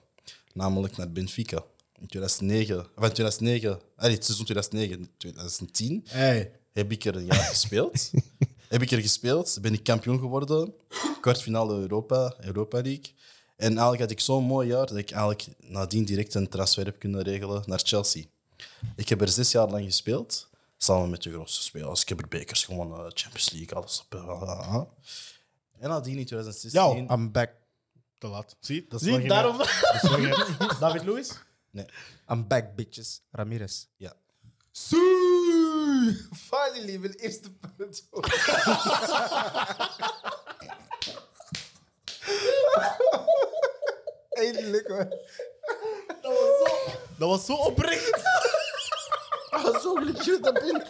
[SPEAKER 5] Namelijk naar Benfica. In 2009, van 2009, allee, het seizoen 2009, 2010
[SPEAKER 2] Hey.
[SPEAKER 5] heb ik er een jaar gespeeld. heb ik er gespeeld, ben ik kampioen geworden. Kwartfinale Europa, Europa League. En eigenlijk had ik zo'n mooi jaar dat ik eigenlijk nadien direct een transfer heb kunnen regelen naar Chelsea. Ik heb er zes jaar lang gespeeld, samen met de grootste spelers. Ik heb er bekers gewonnen, Champions League, alles. op, eh, ah, ah, ah. En nadien in 2016...
[SPEAKER 1] I'm back.
[SPEAKER 2] Te laat. Zie, dat is
[SPEAKER 4] Zie,
[SPEAKER 2] waar je-
[SPEAKER 4] daarom-
[SPEAKER 2] dat is waar je- David Lewis?
[SPEAKER 5] Nee,
[SPEAKER 1] I'm back, bitches. Ramirez.
[SPEAKER 5] ja.
[SPEAKER 1] Finally, mijn eerste punt. Eindelijk hoor.
[SPEAKER 4] Dat was zo oprecht.
[SPEAKER 5] Zo legit dat ben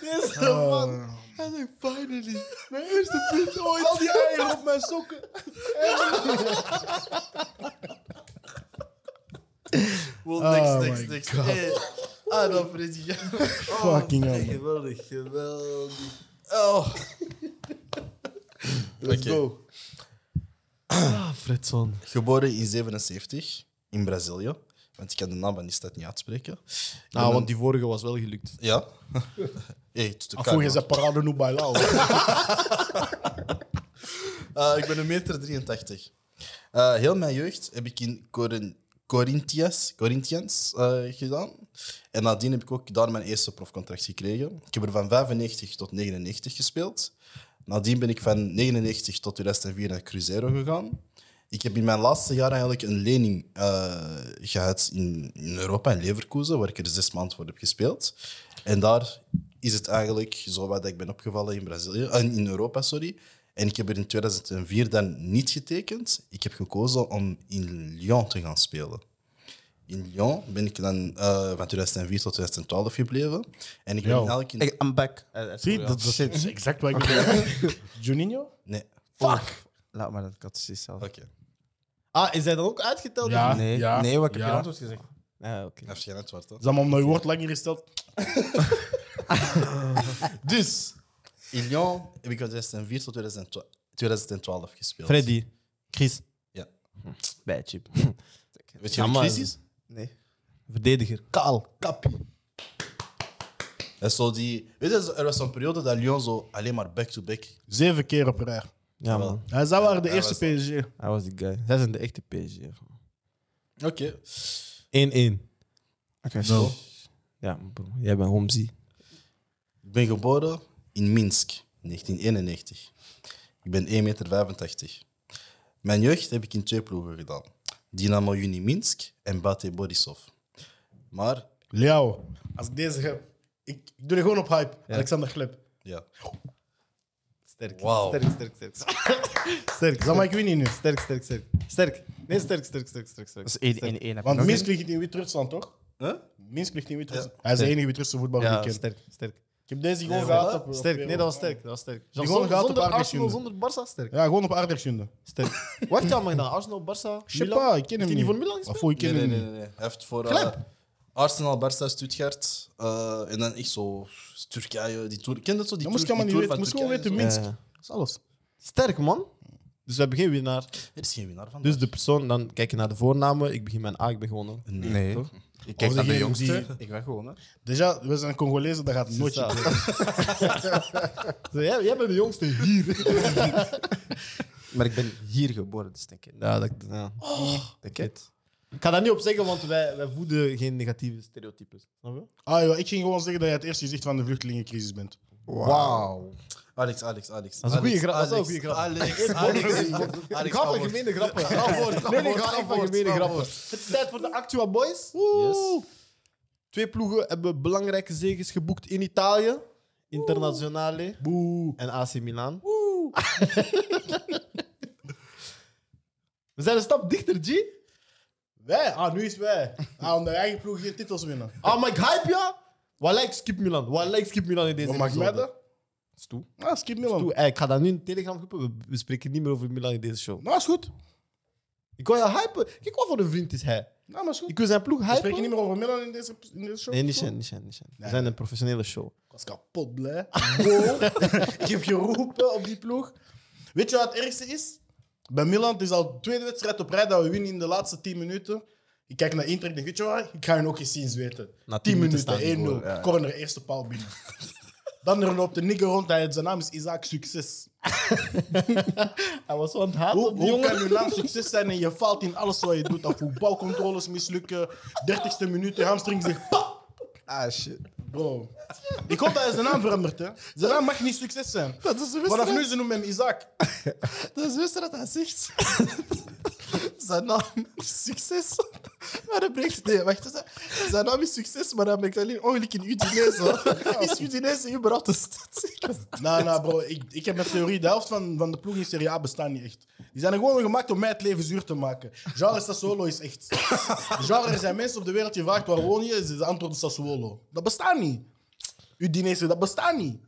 [SPEAKER 4] Deze
[SPEAKER 2] Oh.
[SPEAKER 4] man. Hij zegt, finally. Mijn eerste punt ooit. Al die eieren op mijn sokken.
[SPEAKER 5] Well,
[SPEAKER 4] Ah,
[SPEAKER 2] Oh
[SPEAKER 5] next, next,
[SPEAKER 2] my
[SPEAKER 5] next.
[SPEAKER 2] God.
[SPEAKER 5] Hey. Ah, dan Freddy.
[SPEAKER 2] Fucking hell, man.
[SPEAKER 5] Geweldig, geweldig. Oh. Let's go.
[SPEAKER 4] Ah, Fredson.
[SPEAKER 5] Geboren in 77 in Brazilië. Want ik kan de naam van die stad niet uitspreken.
[SPEAKER 4] Nou, want die vorige was wel gelukt.
[SPEAKER 5] Ja. hey, het is de
[SPEAKER 2] Afvoer je
[SPEAKER 5] kamer.
[SPEAKER 2] ze parade nu bij Lau.
[SPEAKER 5] Eh, ik ben een meter 83. Eh, heel mijn jeugd heb ik in Corin Corinthians, Corinthians eh, gedaan. En nadien heb ik ook daar mijn eerste profcontract gekregen. Ik heb er van 95 tot 99 gespeeld. Nadien ben ik van 99 tot 2004 naar Cruzeiro gegaan. Ik heb in mijn laatste jaar eigenlijk een lening eh, gehad in, in Europa, in Leverkusen, waar ik er zes maanden voor heb gespeeld. En daar is het eigenlijk zo wat ik ben opgevallen in, Brazilië, eh, in Europa. Sorry. En ik heb er in 2004 dan niet getekend. Ik heb gekozen om in Lyon te gaan spelen. In Lyon ben ik dan eh, van 2004 tot 2012 gebleven. En ik ben
[SPEAKER 2] Yo.
[SPEAKER 5] eigenlijk in...
[SPEAKER 1] Hey, I'm back.
[SPEAKER 2] Zie, dat, dat is exact wat ik bedoel. Juninho?
[SPEAKER 5] Nee,
[SPEAKER 1] Fuck. Laat maar dat ik had precies zelf.
[SPEAKER 5] oké.
[SPEAKER 4] Ah, is hij dan ook uitgeteld?
[SPEAKER 2] Ja.
[SPEAKER 1] Nee,
[SPEAKER 2] ja,
[SPEAKER 1] nee, wat ik heb
[SPEAKER 2] ja.
[SPEAKER 1] je antwoord gezegd.
[SPEAKER 4] Ah, oké.
[SPEAKER 5] Dat is geen antwoord, hè?
[SPEAKER 2] Is dat maar omdat je wordt langer gesteld?
[SPEAKER 5] Dus, In Lyon heb ik van 2004 tot 2012 2012 gespeeld.
[SPEAKER 4] Freddy. Chris.
[SPEAKER 5] Ja.
[SPEAKER 4] Bij Chip.
[SPEAKER 5] Weet je
[SPEAKER 4] Ja,
[SPEAKER 5] wat
[SPEAKER 4] maar-
[SPEAKER 5] Chris is?
[SPEAKER 1] Nee.
[SPEAKER 4] Verdediger. Kaal. Kappie.
[SPEAKER 5] Dat is zo die... Weet je, er was zo'n periode dat Lyon zo alleen maar back-to-back...
[SPEAKER 2] Zeven keer op rij.
[SPEAKER 4] Ja, man.
[SPEAKER 2] Ja, dat waren de
[SPEAKER 5] Ja,
[SPEAKER 2] eerste
[SPEAKER 5] dat
[SPEAKER 2] PSG.
[SPEAKER 4] Hij was die guy. Zij zijn de echte PSG.
[SPEAKER 5] Oké.
[SPEAKER 4] 1-1.
[SPEAKER 1] Oké.
[SPEAKER 5] Zo.
[SPEAKER 4] Ja, bro. Jij bent Homzy.
[SPEAKER 5] Ik ben geboren in Minsk, 1991. Ik ben 1,85 meter. Mijn jeugd heb ik in twee ploegen gedaan. Dynamo Juni Minsk en Bate Borisov. Maar,
[SPEAKER 2] Leo, als ik deze heb, ik, ik doe er gewoon op hype. Alexander Gleb.
[SPEAKER 5] ja.
[SPEAKER 4] Sterk.
[SPEAKER 5] Wauw.
[SPEAKER 4] Sterk, sterk, sterk. sterk.
[SPEAKER 2] Dat
[SPEAKER 4] Sterk,
[SPEAKER 2] mag ik winnen nu.
[SPEAKER 4] sterk, sterk, sterk. Sterk. Nee, sterk, sterk, sterk, sterk. sterk.
[SPEAKER 1] Dat is één één één. Heb je
[SPEAKER 2] Want
[SPEAKER 1] nog
[SPEAKER 2] Minsk ligt in Wit-Rusland, toch?
[SPEAKER 5] Huh?
[SPEAKER 2] Minsk ligt in Wit-Rusland. Hij is de
[SPEAKER 4] Sterk.
[SPEAKER 2] enige Wit-Russe voetballer
[SPEAKER 4] Ja,
[SPEAKER 2] die ik ken.
[SPEAKER 4] sterk, sterk.
[SPEAKER 2] Ik heb deze gewoon
[SPEAKER 5] Nee,
[SPEAKER 2] gehad
[SPEAKER 5] voilà.
[SPEAKER 2] op... op
[SPEAKER 4] Sterk. Nee, dat was
[SPEAKER 2] Wereld.
[SPEAKER 4] sterk. Dat was sterk.
[SPEAKER 2] gewoon
[SPEAKER 4] zonder
[SPEAKER 2] gaat op
[SPEAKER 4] zonder
[SPEAKER 2] aardig
[SPEAKER 4] Arsenal,
[SPEAKER 2] vinden.
[SPEAKER 4] zonder Barça, sterk.
[SPEAKER 2] Ja, gewoon op aardigstunde.
[SPEAKER 4] Sterk. Wat heb je allemaal gedaan? Arsenal, Barça,
[SPEAKER 2] Ik weet
[SPEAKER 4] Milan?
[SPEAKER 2] ik ken hem
[SPEAKER 4] hij
[SPEAKER 2] niet.
[SPEAKER 4] voor Milan gespeeld?
[SPEAKER 2] Of voor ik
[SPEAKER 5] Nee,
[SPEAKER 2] ken
[SPEAKER 5] nee,
[SPEAKER 2] hem
[SPEAKER 5] nee.
[SPEAKER 2] niet.
[SPEAKER 5] nee. Hij heeft voor eh, Arsenal, Barça, Stuttgart. eh, en dan echt zo Turkije, eh, die tour. Ken dat zo? Die
[SPEAKER 2] Dat moest ik
[SPEAKER 5] tour-
[SPEAKER 2] allemaal niet weten.
[SPEAKER 5] die tour van
[SPEAKER 2] Moest gewoon weten
[SPEAKER 5] Turkije,
[SPEAKER 2] Minsk.
[SPEAKER 4] Eh,
[SPEAKER 2] Dat is alles.
[SPEAKER 4] Sterk, man. Dus we hebben geen winnaar.
[SPEAKER 5] zo. Er is geen winnaar van.
[SPEAKER 4] Dus de persoon, dan kijk je naar de voornamen. Ik begin mijn A, ik ben gewonnen.
[SPEAKER 5] nee.
[SPEAKER 1] Nee.
[SPEAKER 4] Toch?
[SPEAKER 1] Ik
[SPEAKER 2] Of
[SPEAKER 1] kijk naar de
[SPEAKER 2] degene
[SPEAKER 1] jongste.
[SPEAKER 2] die-
[SPEAKER 1] Ik ben gewoon, hè.
[SPEAKER 2] Déjà, we zijn Congolezen, dat gaat nooit.
[SPEAKER 4] Zo,
[SPEAKER 2] je-
[SPEAKER 4] jij, jij bent de jongste hier.
[SPEAKER 1] Maar ik ben hier geboren, dus denk ik.
[SPEAKER 4] Ja, nou, dat, ja.
[SPEAKER 1] Denk het?
[SPEAKER 4] Ik ga daar niet op zeggen, want wij, wij voeden geen negatieve stereotypes. Snap je?
[SPEAKER 2] Ah ja, ik ging gewoon zeggen dat je het eerste gezicht van de vluchtelingencrisis bent.
[SPEAKER 1] Wauw.
[SPEAKER 5] Alex, Alex, Alex.
[SPEAKER 4] Dat is een goede grap, dat is
[SPEAKER 5] Alex,
[SPEAKER 4] wel een goede grap.
[SPEAKER 5] Alex, Alex. Alex,
[SPEAKER 4] Grappige,
[SPEAKER 5] Alex.
[SPEAKER 4] gemeene grappen. Nee, nee, grappige, gemeene grappen. Het is tijd voor de Actua Boys. Oeh. Twee ploegen hebben belangrijke zegens geboekt in Italië. Internazionale
[SPEAKER 2] Boe.
[SPEAKER 4] en AC Milan. We zijn een stap dichter, G.
[SPEAKER 2] Wij? Ah, nu is wij. Ah, omdat je eigen ploeg geen titels winnen.
[SPEAKER 4] Ah, maar ik hype ja. Wat ik skip Milan? Wat lijkt skip Milan in deze
[SPEAKER 2] Wat mag
[SPEAKER 4] episode?
[SPEAKER 2] mij dat?
[SPEAKER 4] Is toe.
[SPEAKER 2] Ah, skip
[SPEAKER 4] Is
[SPEAKER 2] Milan.
[SPEAKER 4] toe. Ey, ik ga dat nu in de Telegram groepen. We, we spreken niet meer over Milan in deze show.
[SPEAKER 2] Nou, is goed.
[SPEAKER 4] Ik wil je hypen. Kijk wat voor een vriend is hij.
[SPEAKER 2] Nou, maar is goed.
[SPEAKER 4] Ik wil zijn ploeg
[SPEAKER 2] We
[SPEAKER 4] hypen.
[SPEAKER 2] spreken niet meer over Milan in deze, in deze show.
[SPEAKER 4] Nee, niet Shen, niet Shen, niet Shen. We zijn een professionele show.
[SPEAKER 2] Ik was kapot blij. Wow. ik heb geroepen op die ploeg. Weet je wat het ergste is? Bij Milan het is al de tweede wedstrijd op rij dat we winnen in de laatste 10 minuten. Ik kijk naar Inter en denk, weet je wat? Ik ga hun ook eens zien zweten.
[SPEAKER 4] Na
[SPEAKER 2] 10,
[SPEAKER 4] 10 minuten
[SPEAKER 2] minuten,
[SPEAKER 4] staan die
[SPEAKER 2] 1-0.
[SPEAKER 4] voor, ja.
[SPEAKER 2] Corner, eerste paal binnen. Dan er loopt een nigger rond, hij- zijn naam is Isaac Succes.
[SPEAKER 4] Hij was zo aan het haten
[SPEAKER 2] Hoe,
[SPEAKER 4] op
[SPEAKER 2] hoe
[SPEAKER 4] die jongen.
[SPEAKER 2] kan je naam succes zijn en je faalt in alles wat je doet? Dat voetbalcontroles mislukken, 30ste minuut, je hamstring zegt pap.
[SPEAKER 1] Ah, shit.
[SPEAKER 2] Bro, ik hoop dat hij zijn naam verandert. Hè. Zijn naam mag niet succes zijn.
[SPEAKER 4] Dat is de
[SPEAKER 2] Vanaf nu ze noemen hem Isaac.
[SPEAKER 4] Dat is dat hij zegt. zijn naam is succes. Maar dat brengt... Nee, wacht. Zijn naam is succes, maar dat brengt alleen
[SPEAKER 2] Oh,
[SPEAKER 4] ongeluk in Udinese. Is Udinese überhaupt een stad?
[SPEAKER 2] Nou, nou bro, ik, ik heb een theorie. De helft van, van de ploegen in Serie A bestaan niet echt. Die zijn er gewoon gemaakt om mij het leven zuur te maken. Genre Sassuolo is echt. Genre, er zijn mensen op de wereld die vraagt waar woon je, ze antwoorden Sassuolo. Dat bestaat niet. Udinese, dat bestaat niet.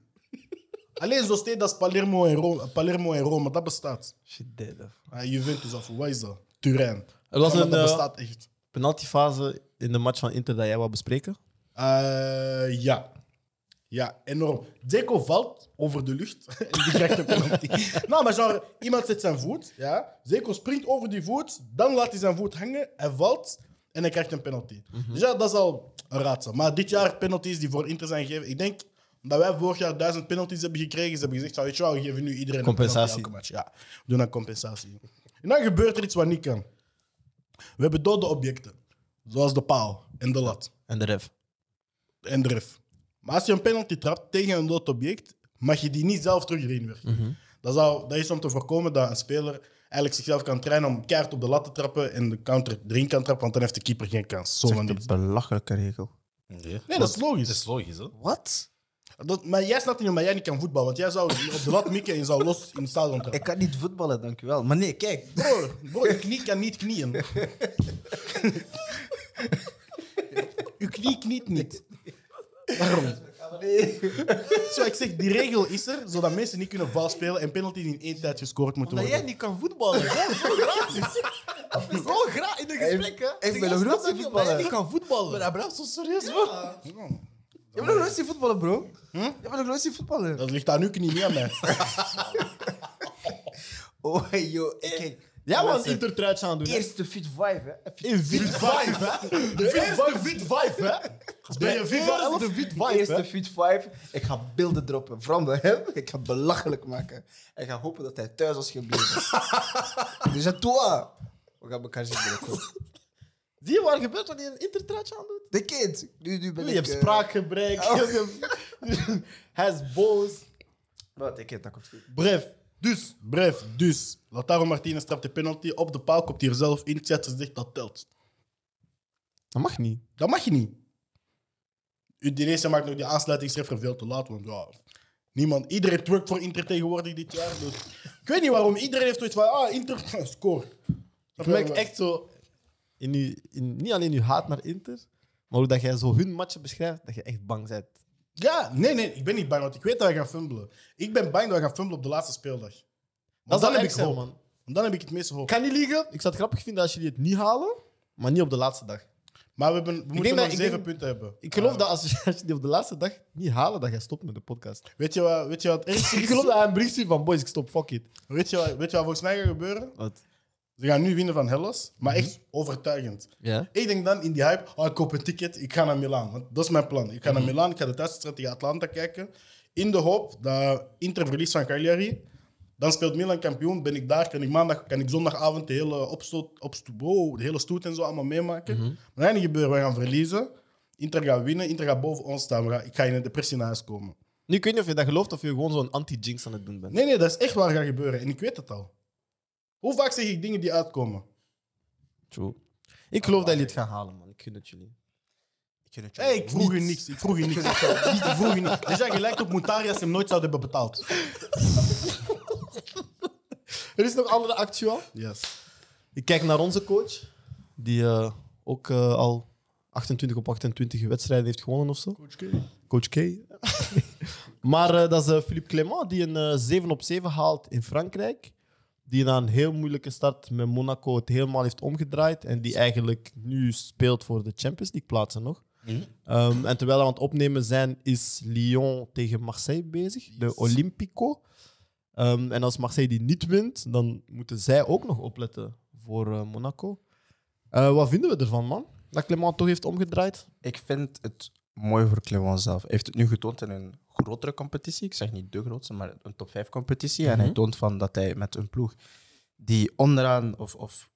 [SPEAKER 2] Alleen zo steden als Palermo en, Rome, Palermo en Rome, dat bestaat.
[SPEAKER 4] Shit, dead.
[SPEAKER 2] Ah, Juventus of wat is dat? Turijn.
[SPEAKER 4] Er was
[SPEAKER 2] Maar
[SPEAKER 4] een
[SPEAKER 2] dat
[SPEAKER 4] eh,
[SPEAKER 2] bestaat echt.
[SPEAKER 4] penaltyfase in de match van Inter dat jij wou bespreken.
[SPEAKER 2] Eh, ja. Ja, enorm. Deco valt over de lucht en die krijgt een penalty. nou, maar genre, iemand zet zijn voet. Ja. Deco springt over die voet, dan laat hij zijn voet hangen, hij valt en hij krijgt een penalty. Dus ja, dat is al een raadsel. Maar dit jaar penalties die voor Inter zijn gegeven, ik denk dat wij vorig jaar duizend penalties hebben gekregen. Ze hebben gezegd, van, weet je wel, we geven nu iedereen een penalty
[SPEAKER 4] Compensatie.
[SPEAKER 2] elke match. Ja, we doen een compensatie. En dan gebeurt er iets wat niet kan. We hebben dode objecten, zoals de paal en de lat
[SPEAKER 4] En de ref.
[SPEAKER 2] en drif. Maar als je een penalty trapt tegen een dood object, mag je die niet zelf terug erin werken. dat, zou, dat is om te voorkomen dat een speler eigenlijk zichzelf kan trainen om kaart op de lat te trappen en de counter erin kan trappen, want dan heeft de keeper geen kans. Zo van
[SPEAKER 1] Zo'n
[SPEAKER 2] die-
[SPEAKER 1] belachelijke regel.
[SPEAKER 5] Nee,
[SPEAKER 2] Nee, dat is logisch.
[SPEAKER 5] Dat is logisch, hè?
[SPEAKER 1] Wat?
[SPEAKER 2] Dat- maar jij snapt niet omdat jij niet kan voetballen, want jij zou op de lat mikken en je zou los in het stadion trappen.
[SPEAKER 1] Ik kan niet voetballen, dankjewel. Maar nee, kijk.
[SPEAKER 2] Broer, broer, je knie kan niet knieën. Je knie kniet niet. Waarom? Zo, ik zeg, die regel is er, zodat mensen niet kunnen vals spelen en penalties in één tijd gescoord moeten
[SPEAKER 4] Dat jij
[SPEAKER 2] worden.
[SPEAKER 4] niet kan voetballen. Dat is zo gratis. Dat is zo gratis in de gesprekken.
[SPEAKER 1] ik ben
[SPEAKER 4] Zeg,
[SPEAKER 1] een
[SPEAKER 4] als
[SPEAKER 1] grote
[SPEAKER 4] dat niet-
[SPEAKER 1] voetballer.
[SPEAKER 4] Dat jij niet kan voetballen.
[SPEAKER 1] blijft zo serieus, man.
[SPEAKER 2] Ja.
[SPEAKER 1] Je bent nog nooit zien voetballen, bro. Je bent nog nooit zien voetballen.
[SPEAKER 2] Dat ligt aan uw knie, niet aan mij.
[SPEAKER 1] Oh, joh. eh, Kijk,
[SPEAKER 4] Ja, want
[SPEAKER 1] mensen,
[SPEAKER 4] intertruits aan doen. hè.
[SPEAKER 1] Eerste fit 5, hè.
[SPEAKER 4] In Wit 5, hè? De eerste Wit 5, hè? Ben je FIFA de Wit 5,
[SPEAKER 1] Eerste
[SPEAKER 4] hè?
[SPEAKER 1] fit 5. Ik ga beelden droppen. Veranderen hem. Ik ga hem belachelijk maken. En ga hopen dat hij thuis was gebleven. dus à toi. We gaan elkaar zien binnenkort.
[SPEAKER 4] Zie je wat gebeurt wanneer je een intertruitje aan doet?
[SPEAKER 1] De kind. Nu, nu ben
[SPEAKER 4] Je
[SPEAKER 1] ik...
[SPEAKER 4] hebt
[SPEAKER 1] eh,
[SPEAKER 4] spraakgebrek. je
[SPEAKER 2] Oh.
[SPEAKER 4] hebt- Hij is boos.
[SPEAKER 1] Wat, Nou, de kind, dat komt goed.
[SPEAKER 2] Bref, dus, bref, dus. Lautaro Martinez trapt de penalty op de paal, komt hier zelf in. Chatter zegt dat telt.
[SPEAKER 4] Dat mag niet.
[SPEAKER 2] Dat mag je niet. Udinese maakt nog die aansluitingsreffer veel te laat, want ja, niemand, iedereen twerkt voor Inter tegenwoordig dit jaar. Dus ik weet niet waarom. Iedereen heeft zoiets van, ah, Inter, score.
[SPEAKER 4] Ik merk echt zo, in uw, in, niet alleen uw haat naar Inter, maar hoe dat jij zo hun matchen beschrijft, dat je echt bang bent.
[SPEAKER 2] Ja, nee, nee, ik ben niet bang, want ik weet dat we gaan fumbelen. Ik ben bang dat we gaan fumbelen op de laatste speeldag. Want dan
[SPEAKER 4] zou
[SPEAKER 2] heb
[SPEAKER 4] erg
[SPEAKER 2] ik
[SPEAKER 4] zijn,
[SPEAKER 2] hoop.
[SPEAKER 4] man.
[SPEAKER 2] Want dan heb ik het meeste hoop.
[SPEAKER 4] Ik kan niet liegen, ik zou het grappig vinden als jullie het niet halen, maar niet op de laatste dag.
[SPEAKER 2] Maar we, hebben, we moeten
[SPEAKER 4] denk
[SPEAKER 2] nog
[SPEAKER 4] dat-
[SPEAKER 2] zeven
[SPEAKER 4] ik denk-
[SPEAKER 2] punten hebben.
[SPEAKER 4] Ik geloof
[SPEAKER 2] Eh,
[SPEAKER 4] dat als, als jullie op de laatste dag niet halen, dat jij stopt met de podcast.
[SPEAKER 2] Weet je wat, weet je wat, het ergste
[SPEAKER 4] Ik
[SPEAKER 2] is?
[SPEAKER 4] geloof dat hij een bericht stuurt van boys, ik stop, fuck it.
[SPEAKER 2] weet je wat, weet je wat volgens mij gaat gebeuren?
[SPEAKER 4] Wat?
[SPEAKER 2] Ze gaan nu winnen van Hellas, maar
[SPEAKER 4] Mhm.
[SPEAKER 2] echt overtuigend.
[SPEAKER 4] Ja.
[SPEAKER 2] Ik denk dan in die hype, oh, ik koop een ticket, ik ga naar Milaan. Want dat is mijn plan. Ik ga
[SPEAKER 4] Mhm.
[SPEAKER 2] naar Milaan, ik ga de thuiswedstrijd tegen Atlanta kijken. In de hoop dat Inter verliest van Cagliari. Dan speelt Milan kampioen, ben ik daar, kan ik, maandag, kan ik zondagavond de hele, opstoot, opstoot, wow, de hele stoet en zo allemaal meemaken.
[SPEAKER 4] Mhm.
[SPEAKER 2] Maar dat gaat niet gebeuren, wij gaan verliezen. Inter gaat winnen, Inter gaat boven ons staan. We gaan- ik ga in een depressie naar huis komen.
[SPEAKER 4] Nu, ik weet niet of je dat gelooft of je gewoon zo'n anti-jinx aan het doen bent.
[SPEAKER 2] Nee, nee, dat is echt waar gaat gebeuren. En ik weet het al. Hoe vaak zeg ik dingen die uitkomen?
[SPEAKER 4] True. Ah, Ik geloof dat jullie het gaan halen, man. Ik gun het jullie.
[SPEAKER 1] Ik ken het
[SPEAKER 2] Hey, ik vroeg u niks. Ik vroeg u niks. Niet, ik vroeg u niks. Dus ja, gelijk op Moutarias hem nooit zouden hebben betaald.
[SPEAKER 4] Er is nog andere actueel.
[SPEAKER 2] Yes.
[SPEAKER 4] Ik kijk naar onze coach, die eh, ook eh, al 28 op 28 wedstrijden heeft gewonnen of zo.
[SPEAKER 2] Coach
[SPEAKER 4] Coach K. maar eh, dat is eh, Philippe Clement, die een eh, 7 op 7 haalt in Frankrijk. Die na een heel moeilijke start met Monaco het helemaal heeft omgedraaid. En die eigenlijk nu speelt voor de Champions League plaatsen nog. Ehm, en terwijl we aan het opnemen zijn, is Lyon tegen Marseille bezig, de Olympico. Ehm, en als Marseille die niet wint, dan moeten zij ook nog opletten voor eh, Monaco. Eh, wat vinden we ervan, man? Dat Clement toch heeft omgedraaid?
[SPEAKER 1] Ik vind het mooi voor Clement zelf. Hij heeft het nu getoond in een grotere competitie. Ik zeg niet de grootste, maar een top 5 competitie. En hij toont van dat hij met een ploeg die onderaan of, of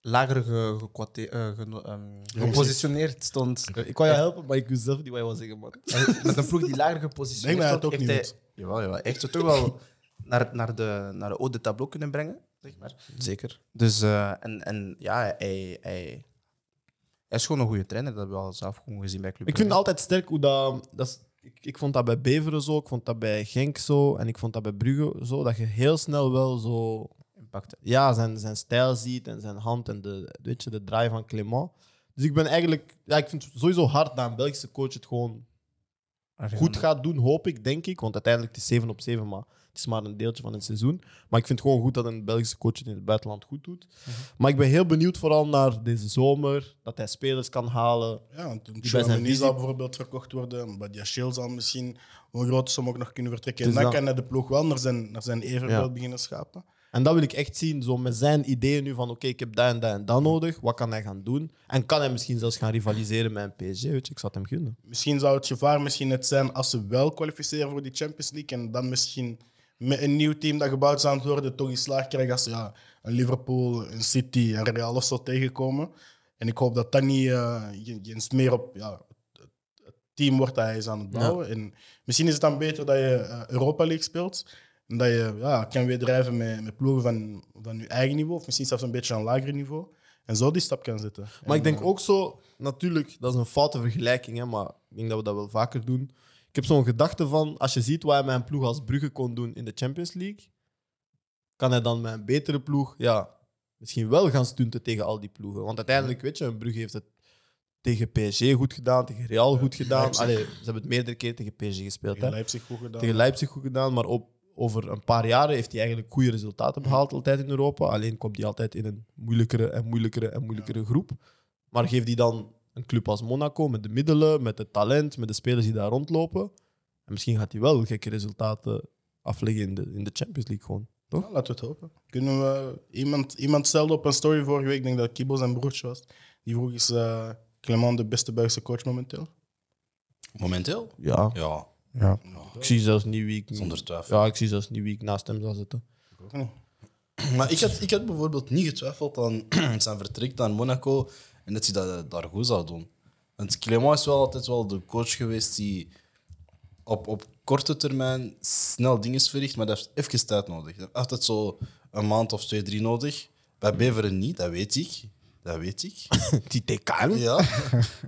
[SPEAKER 1] lager ge- gekwate- eh, geno- ehm, gepositioneerd stond.
[SPEAKER 4] Ik kan je helpen, maar ik wist zelf niet wat je wil zeggen, man.
[SPEAKER 1] met een ploeg die lager
[SPEAKER 2] Denk
[SPEAKER 1] gepositioneerd
[SPEAKER 2] dat hij
[SPEAKER 1] stond.
[SPEAKER 2] het ook niet
[SPEAKER 1] heeft hij, jawel, jawel, hij heeft het toch wel naar, naar, de, naar de oude tableau kunnen brengen. Zeg maar.
[SPEAKER 4] Zeker.
[SPEAKER 1] Dus eh, en, en ja, hij, hij, hij is gewoon een goede trainer. Dat hebben we al zelf gewoon gezien bij Club
[SPEAKER 4] Ik vind
[SPEAKER 1] Brugge.
[SPEAKER 4] het altijd sterk hoe dat. dat is- ik, ik vond dat bij Beveren zo, ik vond dat bij Genk zo en ik vond dat bij Brugge zo. Dat je heel snel wel zo.
[SPEAKER 1] Impact.
[SPEAKER 4] Ja, zijn, zijn stijl ziet en zijn hand en de, weet je, de draai van Clement. Dus ik ben eigenlijk. Ja, ik vind het sowieso hard dat een Belgische coach het gewoon goed gaat doen, hoop ik, denk ik. Want uiteindelijk het is 7 op 7, maar het is maar een deeltje van het seizoen. Maar ik vind het gewoon goed dat een Belgische coach het in het buitenland goed doet. Maar ik ben heel benieuwd vooral naar deze zomer, dat hij spelers kan halen.
[SPEAKER 2] Ja, want een
[SPEAKER 4] bij zijn
[SPEAKER 2] Chouameni
[SPEAKER 4] visie-
[SPEAKER 2] zal bijvoorbeeld verkocht worden. Badiachil zal misschien voor een grote som ook nog kunnen vertrekken.
[SPEAKER 4] Dus
[SPEAKER 2] en dan
[SPEAKER 4] dan-
[SPEAKER 2] kan hij de ploeg wel naar zijn, naar zijn evenbeeld
[SPEAKER 4] Ja.
[SPEAKER 2] beginnen schapen.
[SPEAKER 4] En dat wil ik echt zien, zo met zijn ideeën nu van oké, ik heb dat en dat en dat nodig. Wat kan hij gaan doen? En kan hij misschien zelfs gaan rivaliseren met een PSG? Weet je, ik zou het hem gunnen.
[SPEAKER 2] Misschien zou het gevaar misschien net zijn als ze wel kwalificeren voor die Champions League. En dan misschien met een nieuw team dat gebouwd is aan het worden, toch iets slaag krijgen als ze, ja, een Liverpool, een City, een Real of zo tegenkomen. En ik hoop dat dat niet eh, je- je eens meer op ja, het- het team wordt dat hij is aan het bouwen. En misschien is het dan beter dat je eh, Europa League speelt. En dat je ja, kan weer drijven met, met ploegen van, van je eigen niveau. Of misschien zelfs een beetje aan een lager niveau. En zo die stap kan zetten.
[SPEAKER 4] Maar ik
[SPEAKER 2] En, eh,
[SPEAKER 4] denk ook zo, natuurlijk, dat is een foute vergelijking, hè, maar ik denk dat we dat wel vaker doen. Ik heb zo'n gedachte van, als je ziet wat hij met een ploeg als Brugge kon doen in de Champions League, kan hij dan met een betere ploeg ja, misschien wel gaan stunten tegen al die ploegen. Want uiteindelijk, weet je, een Brugge heeft het tegen PSG goed gedaan, tegen Real goed gedaan.
[SPEAKER 2] Leipzig.
[SPEAKER 4] Allee, ze hebben het meerdere keer tegen PSG gespeeld.
[SPEAKER 2] tegen
[SPEAKER 4] Hè.
[SPEAKER 2] Leipzig goed gedaan.
[SPEAKER 4] tegen Leipzig goed gedaan, maar op, over een paar jaren heeft hij eigenlijk goede resultaten behaald altijd in Europa. Alleen komt hij altijd in een moeilijkere en moeilijkere en moeilijkere groep. Maar geeft hij dan een club als Monaco, met de middelen, met het talent, met de spelers die daar rondlopen. En misschien gaat hij wel gekke resultaten afleggen in de, in de Champions League gewoon. Toch?
[SPEAKER 2] Nou, laten we het hopen. Kunnen we, iemand, iemand stelde op een story vorige week, ik denk dat Kibo zijn broertje was. Die vroeg is eh Clement de beste Belgische coach momenteel.
[SPEAKER 5] Momenteel?
[SPEAKER 4] Ja.
[SPEAKER 5] Ja,
[SPEAKER 1] Ja.
[SPEAKER 4] Ik zie zelfs niet wie ik...
[SPEAKER 5] zonder twijfel.
[SPEAKER 4] Ja, ik zie zelfs niet wie ik naast hem zou zitten.
[SPEAKER 2] Ook niet.
[SPEAKER 5] Maar ik had, ik had bijvoorbeeld niet getwijfeld aan zijn vertrek naar Monaco en dat hij dat daar goed zou doen. Want Clément is wel altijd wel de coach geweest die op, op korte termijn snel dingen verricht, maar dat heeft even tijd nodig. Dat heeft altijd zo een maand of twee, drie nodig. Bij Beveren niet, dat weet ik. Dat weet ik.
[SPEAKER 4] Die TKM?
[SPEAKER 5] Ja, bij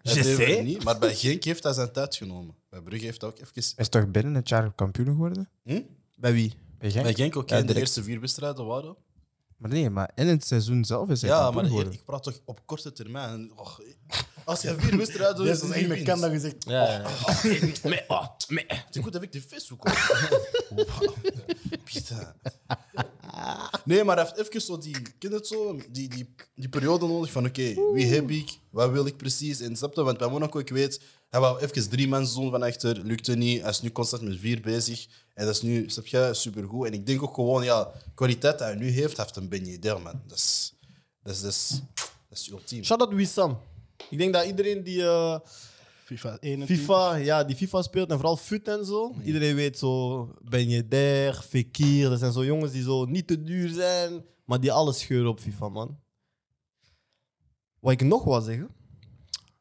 [SPEAKER 4] Je zei.
[SPEAKER 5] Beveren niet. Maar bij Genk heeft hij zijn tijd genomen. Bij Brugge heeft hij ook even...
[SPEAKER 1] Is toch binnen het jaar kampioen geworden?
[SPEAKER 5] Hm?
[SPEAKER 4] Bij wie?
[SPEAKER 1] Bij Genk?
[SPEAKER 5] Bij Genk ook,
[SPEAKER 1] Ja,
[SPEAKER 5] hè, de
[SPEAKER 1] direct.
[SPEAKER 5] eerste vier wedstrijden waren...
[SPEAKER 1] Maar nee, maar in het seizoen zelf is hij
[SPEAKER 5] Ja,
[SPEAKER 1] kampioen
[SPEAKER 5] maar
[SPEAKER 1] geworden.
[SPEAKER 5] ik praat toch op korte termijn. Och, als je vier wedstrijden doet,
[SPEAKER 2] Dus
[SPEAKER 5] dan
[SPEAKER 2] dat
[SPEAKER 5] is
[SPEAKER 2] is echt
[SPEAKER 5] het
[SPEAKER 2] een kan dat
[SPEAKER 5] winst.
[SPEAKER 2] je zegt.
[SPEAKER 4] Ja, ja, ja.
[SPEAKER 5] Meh, oh, meh. Het is goed dat ik de vis zoek. hoor. Pieter. Nee, maar hij heeft even zo die, ken je het zo, die, die, die periode nodig van oké, wie heb ik, wat wil ik precies, en snap je? Want bij Monaco, ik weet, hij wou even drie mensen doen van achter, lukte niet, hij is nu constant met vier bezig, en dat is nu, snap je, supergoed. En ik denk ook gewoon, ja, kwaliteit die hij nu heeft, heeft een Ben Yedder, man. Dat is, dat is, dat is, dat is ultiem.
[SPEAKER 4] Shout-out Wissam. Ik denk dat iedereen die... eh,
[SPEAKER 2] FIFA 21.
[SPEAKER 4] FIFA, ja, die FIFA speelt en vooral FUT en zo. Iedereen weet zo, Ben Yedder, Fekir, dat zijn zo jongens die zo niet te duur zijn, maar die alles scheuren op FIFA, man. Wat ik nog wil zeggen,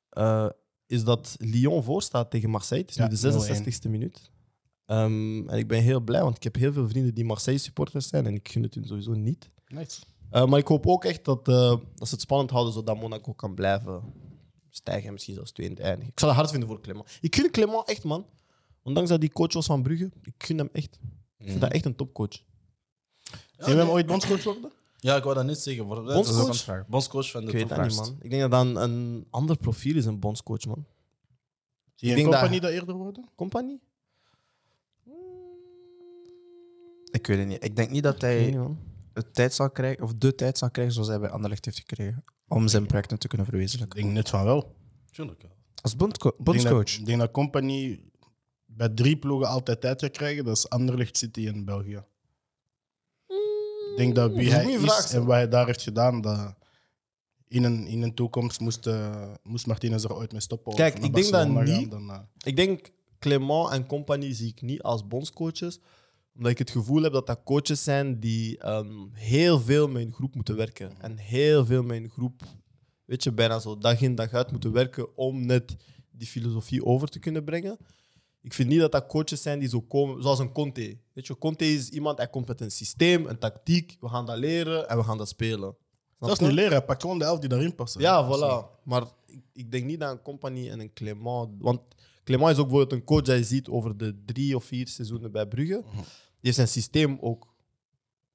[SPEAKER 4] eh, is dat Lyon voorstaat tegen Marseille. Het is
[SPEAKER 2] Ja,
[SPEAKER 4] nu de 66e minuut. Ehm, en ik ben heel blij, want ik heb heel veel vrienden die Marseille-supporters zijn en ik gun het hun sowieso niet.
[SPEAKER 2] Nice.
[SPEAKER 4] Eh, maar ik hoop ook echt dat, eh, dat ze het spannend houden, zodat Monaco kan blijven stijgen. en Misschien zelfs tweede eindigen. Ik zou het hard vinden voor Clement. Ik gun Clement echt, man. Ondanks dat hij coach was van Brugge, ik gun hem echt. Ik vind dat echt een topcoach.
[SPEAKER 2] Zijn we hem ooit bondscoach worden?
[SPEAKER 5] Ja, ik wou dat niet zeggen. maar dat is
[SPEAKER 4] Bondscoach?
[SPEAKER 5] ook een vraag. Bondscoach van de
[SPEAKER 4] Ik weet dat niet,
[SPEAKER 5] toekomst.
[SPEAKER 4] man. Ik denk dat dat een, een ander profiel is, een bondscoach, man.
[SPEAKER 2] Zie je
[SPEAKER 4] denk
[SPEAKER 2] een
[SPEAKER 4] dat-
[SPEAKER 2] compagnie dat eerder worden?
[SPEAKER 4] Compagnie?
[SPEAKER 1] Ik weet het niet. Ik denk niet dat
[SPEAKER 4] Ik weet niet,
[SPEAKER 1] hij
[SPEAKER 4] man.
[SPEAKER 1] het tijd zal krijgen, of de tijd zal krijgen zoals hij bij Anderlecht heeft gekregen, om zijn projecten te kunnen
[SPEAKER 2] Ik
[SPEAKER 1] verwezenlijken.
[SPEAKER 2] denk net van wel.
[SPEAKER 5] Tuurlijk, ja.
[SPEAKER 1] Als bondco-
[SPEAKER 2] Ik denk dat-
[SPEAKER 1] bondscoach.
[SPEAKER 2] Ik denk dat compagnie bij drie ploegen altijd tijd gaat krijgen. Dat is Anderlecht City en België. Ik denk Mm, dat
[SPEAKER 4] dat
[SPEAKER 2] wie
[SPEAKER 4] is een
[SPEAKER 2] hij is
[SPEAKER 4] goeie vraag, zo.
[SPEAKER 2] en wat hij daar heeft gedaan, dat in een, in een toekomst moest, eh, moest Martinez er ooit mee stoppen. of
[SPEAKER 4] Kijk,
[SPEAKER 2] naar
[SPEAKER 4] ik denk dat
[SPEAKER 2] Barcelona gaan,
[SPEAKER 4] niet.
[SPEAKER 2] dan, eh,
[SPEAKER 4] Ik denk Clement en compagnie zie ik niet als bondscoaches, omdat ik het gevoel heb dat dat coaches zijn die ehm, heel veel met hun groep moeten
[SPEAKER 2] Mhm.
[SPEAKER 4] werken. En heel veel met hun groep, weet je, bijna zo dag in dag uit moeten werken om net die filosofie over te kunnen brengen. Ik vind niet dat dat coaches zijn die zo komen, zoals een Conte. Weet je, Conte is iemand, hij komt met een systeem, een tactiek, we gaan dat leren en we gaan dat spelen. Snap
[SPEAKER 2] dat is
[SPEAKER 4] je?
[SPEAKER 2] niet leren. Hij pakt gewoon de elf die daarin passen.
[SPEAKER 4] Ja,
[SPEAKER 2] Dat is niet-
[SPEAKER 4] voilà. Maar ik, ik denk niet aan een compagnie en een Clement. Want Clement is ook bijvoorbeeld een coach dat je ziet over de drie of vier seizoenen bij Brugge. Die heeft zijn systeem ook een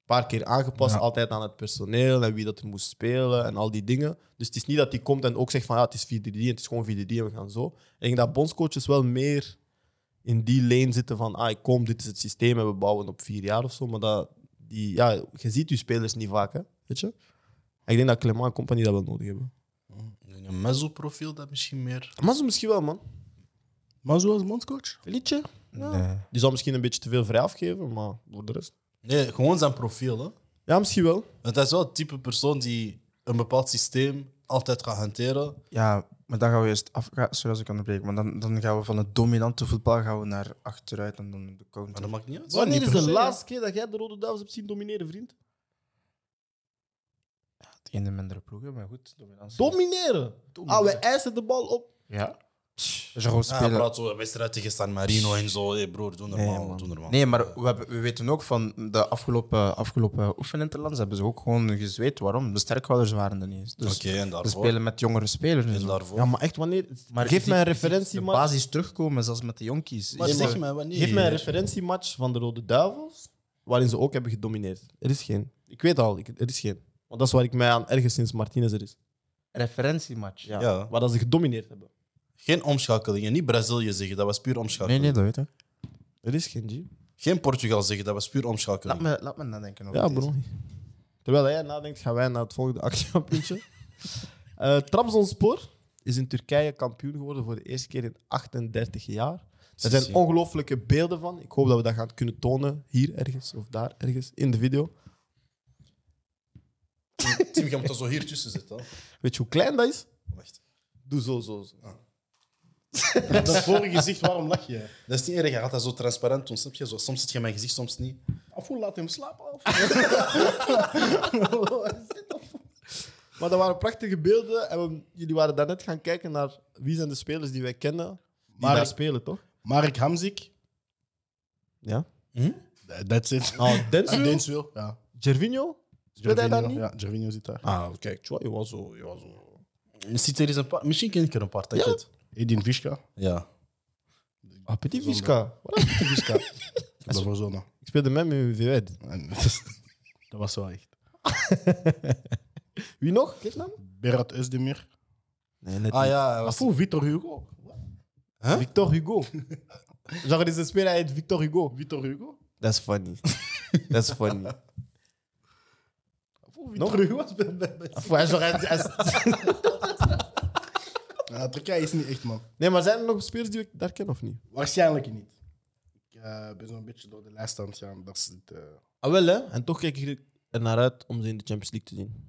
[SPEAKER 4] paar keer aangepast. Altijd aan het personeel en wie dat er moest spelen en al die dingen. Dus het is niet dat hij komt en ook zegt van ja, het is 4-3-3 en het is gewoon 4-3 en we gaan zo. Ik denk dat bondscoaches wel meer in die lane zitten van ah, ik kom, dit is het systeem en we bouwen op vier jaar of zo. Maar dat, die, ja, je ziet je spelers niet vaak, hè? weet je. En ik denk dat Clement en compagnie dat wel nodig hebben.
[SPEAKER 5] Een mezzo-profiel dat misschien meer.
[SPEAKER 4] Mazou misschien wel, man.
[SPEAKER 2] Maar zoals bondscoach?
[SPEAKER 4] Liedje.
[SPEAKER 1] Nee.
[SPEAKER 4] Die zal misschien een beetje te veel vrij afgeven, maar voor de rest.
[SPEAKER 5] Nee, gewoon zijn profiel. Hè?
[SPEAKER 4] Ja, misschien wel.
[SPEAKER 5] Want hij is wel het type persoon die een bepaald systeem altijd gaat hanteren.
[SPEAKER 1] Ja, maar dan gaan we eerst af. ga- Sorry als ik onderbreek, maar dan, dan gaan we van het dominante voetbal gaan we naar achteruit en dan de
[SPEAKER 5] Maar
[SPEAKER 1] counter.
[SPEAKER 5] dat maakt niet uit.
[SPEAKER 4] Wanneer
[SPEAKER 2] niet
[SPEAKER 4] is
[SPEAKER 2] per
[SPEAKER 4] de
[SPEAKER 2] se,
[SPEAKER 4] laatste keer dat jij de Rode Duivels hebt zien domineren, vriend?
[SPEAKER 1] In de mindere ploegen, maar goed. Dominantie.
[SPEAKER 4] Domineren! Ah, we eisen de bal op.
[SPEAKER 1] Ja. Dus je gewoon
[SPEAKER 5] Ja, hij
[SPEAKER 1] spelen.
[SPEAKER 5] Ah, praat zo een wedstrijd tegen San Marino en zo. Hé broer, doe
[SPEAKER 1] nee,
[SPEAKER 5] normaal.
[SPEAKER 1] man.
[SPEAKER 5] doe normaal.
[SPEAKER 1] nee, maar we, hebben- we weten ook van de afgelopen, afgelopen oefeninterlands hebben ze ook gewoon gezweet. Waarom? De sterkhouders waren er niet eens. Dus
[SPEAKER 5] Oké, en
[SPEAKER 1] we
[SPEAKER 5] daarvoor.
[SPEAKER 1] spelen met jongere spelers. en
[SPEAKER 5] En
[SPEAKER 1] zo.
[SPEAKER 5] daarvoor.
[SPEAKER 4] Ja, maar echt, wanneer...
[SPEAKER 1] Maar
[SPEAKER 4] geef
[SPEAKER 1] die-
[SPEAKER 4] mij een
[SPEAKER 1] De
[SPEAKER 4] referentiematch.
[SPEAKER 1] basis terugkomen, zelfs met de jonkies.
[SPEAKER 5] Maar
[SPEAKER 1] Is-
[SPEAKER 5] zeg mij wanneer.
[SPEAKER 4] Geef mij een referentiematch van de Rode Duivels, waarin ze ook hebben gedomineerd. Er is geen. Ik weet al, ik- er is geen. Want dat is waar ik mij aan ergens sinds Martinez er is.
[SPEAKER 1] referentiematch.
[SPEAKER 5] Ja.
[SPEAKER 4] Waar dat ze gedomineerd hebben.
[SPEAKER 5] Geen omschakelingen. Niet Brazilië zeggen, dat was puur
[SPEAKER 1] Nee,
[SPEAKER 5] omschakeling.
[SPEAKER 1] nee, dat weet ik.
[SPEAKER 4] Er is geen, G.
[SPEAKER 5] Geen Portugal zeggen, dat was puur
[SPEAKER 1] Laat
[SPEAKER 5] omschakeling.
[SPEAKER 1] me, laat me nadenken over
[SPEAKER 4] Ja,
[SPEAKER 1] deze.
[SPEAKER 4] bro. Terwijl jij nadenkt, gaan wij naar het volgende actiepuntje. Eh Trabzonspor is in Turkije kampioen geworden voor de eerste keer in 38 jaar. Er
[SPEAKER 5] Zie,
[SPEAKER 4] zijn
[SPEAKER 5] zie.
[SPEAKER 4] ongelooflijke beelden van. Ik hoop dat we dat gaan kunnen tonen hier ergens of daar ergens in de video.
[SPEAKER 5] Tim, je moet dat zo hier tussen zitten. hè.
[SPEAKER 4] Weet je hoe klein dat is?
[SPEAKER 5] Wacht.
[SPEAKER 4] Doe zo, zo, zo.
[SPEAKER 2] Dat vorige gezicht, waarom lach je?
[SPEAKER 5] Dat is niet erg, hij gaat dat zo transparant doen, snap je? Zo, soms zit je in mijn gezicht, soms niet.
[SPEAKER 2] Of hoe laat hem slapen? Of?
[SPEAKER 4] Maar dat waren prachtige beelden. En we- jullie waren daarnet gaan kijken naar wie zijn de spelers die wij kennen die
[SPEAKER 2] Maar-
[SPEAKER 4] daar spelen, toch?
[SPEAKER 2] Mark Hamzik.
[SPEAKER 4] Ja.
[SPEAKER 2] That's it.
[SPEAKER 4] Oh,
[SPEAKER 2] En
[SPEAKER 4] Denzel?
[SPEAKER 2] Denswil. Ja.
[SPEAKER 4] Gervinho? Speelde hij daar niet?
[SPEAKER 2] Ja, Gervinho zit daar.
[SPEAKER 4] Ah, kijk, tjoh, je was zo... Je was zo.
[SPEAKER 5] Zit er eens een paar, misschien ken ik er een paar, dat ik het.
[SPEAKER 2] Edin Vishka.
[SPEAKER 5] Ja.
[SPEAKER 4] Ah, Petit Visca.
[SPEAKER 2] Vishka. Ik heb dat verzonnen.
[SPEAKER 4] Ik speelde met hem in VWD.
[SPEAKER 2] En dat is- Dat was zo echt.
[SPEAKER 4] Wie nog? Geef naam?
[SPEAKER 2] Berat Özdemir.
[SPEAKER 4] Nee, net
[SPEAKER 5] Ah ja, hij was-
[SPEAKER 2] Afu, Victor Hugo.
[SPEAKER 4] Victor Hugo. Genre, er is een speler, hij heet Victor Hugo.
[SPEAKER 2] Victor Hugo?
[SPEAKER 4] Dat is funny. Dat is funny.
[SPEAKER 2] Afu, Victor Hugo speelt bij- bij- Ja, Eh, Turkije is niet echt, man.
[SPEAKER 4] Nee, maar zijn er nog spelers die ik daar ken of niet?
[SPEAKER 2] Waarschijnlijk niet. Ik eh, ben zo'n beetje door de lijst aan het gaan. Dat is het, eh,
[SPEAKER 4] Ah, wel hè. En toch kijk ik er naar uit om ze in de Champions League te zien.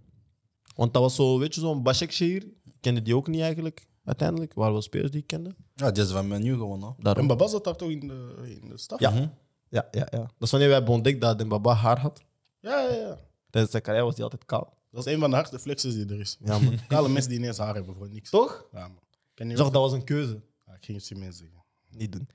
[SPEAKER 4] Want dat was zo, weet je, zo'n Bashek hier. Kende die ook niet eigenlijk, uiteindelijk. Waren wel spelers die ik kende.
[SPEAKER 5] Ja, die is van mijn nieuw gewoon. Hè.
[SPEAKER 4] Daarom.
[SPEAKER 2] En Baba zat daar toch in de, in de staf?
[SPEAKER 4] Ja. Ja, ja, ja. Mhm. Dat is wanneer wij hebben ontdekt dat Dembaba haar had.
[SPEAKER 2] ja, ja, ja.
[SPEAKER 4] Tijdens zijn carrière was hij altijd kaal.
[SPEAKER 2] Dat is een van de hardste flexes die er is.
[SPEAKER 4] Ja, man.
[SPEAKER 2] Kale mensen die ineens haar hebben voor niks.
[SPEAKER 4] Toch?
[SPEAKER 2] Ja, man. Ken je
[SPEAKER 4] Zag,
[SPEAKER 2] wel?
[SPEAKER 4] dat was een keuze.
[SPEAKER 2] Ja, Ah, ik ging het zien mensen zeggen.
[SPEAKER 4] Niet doen.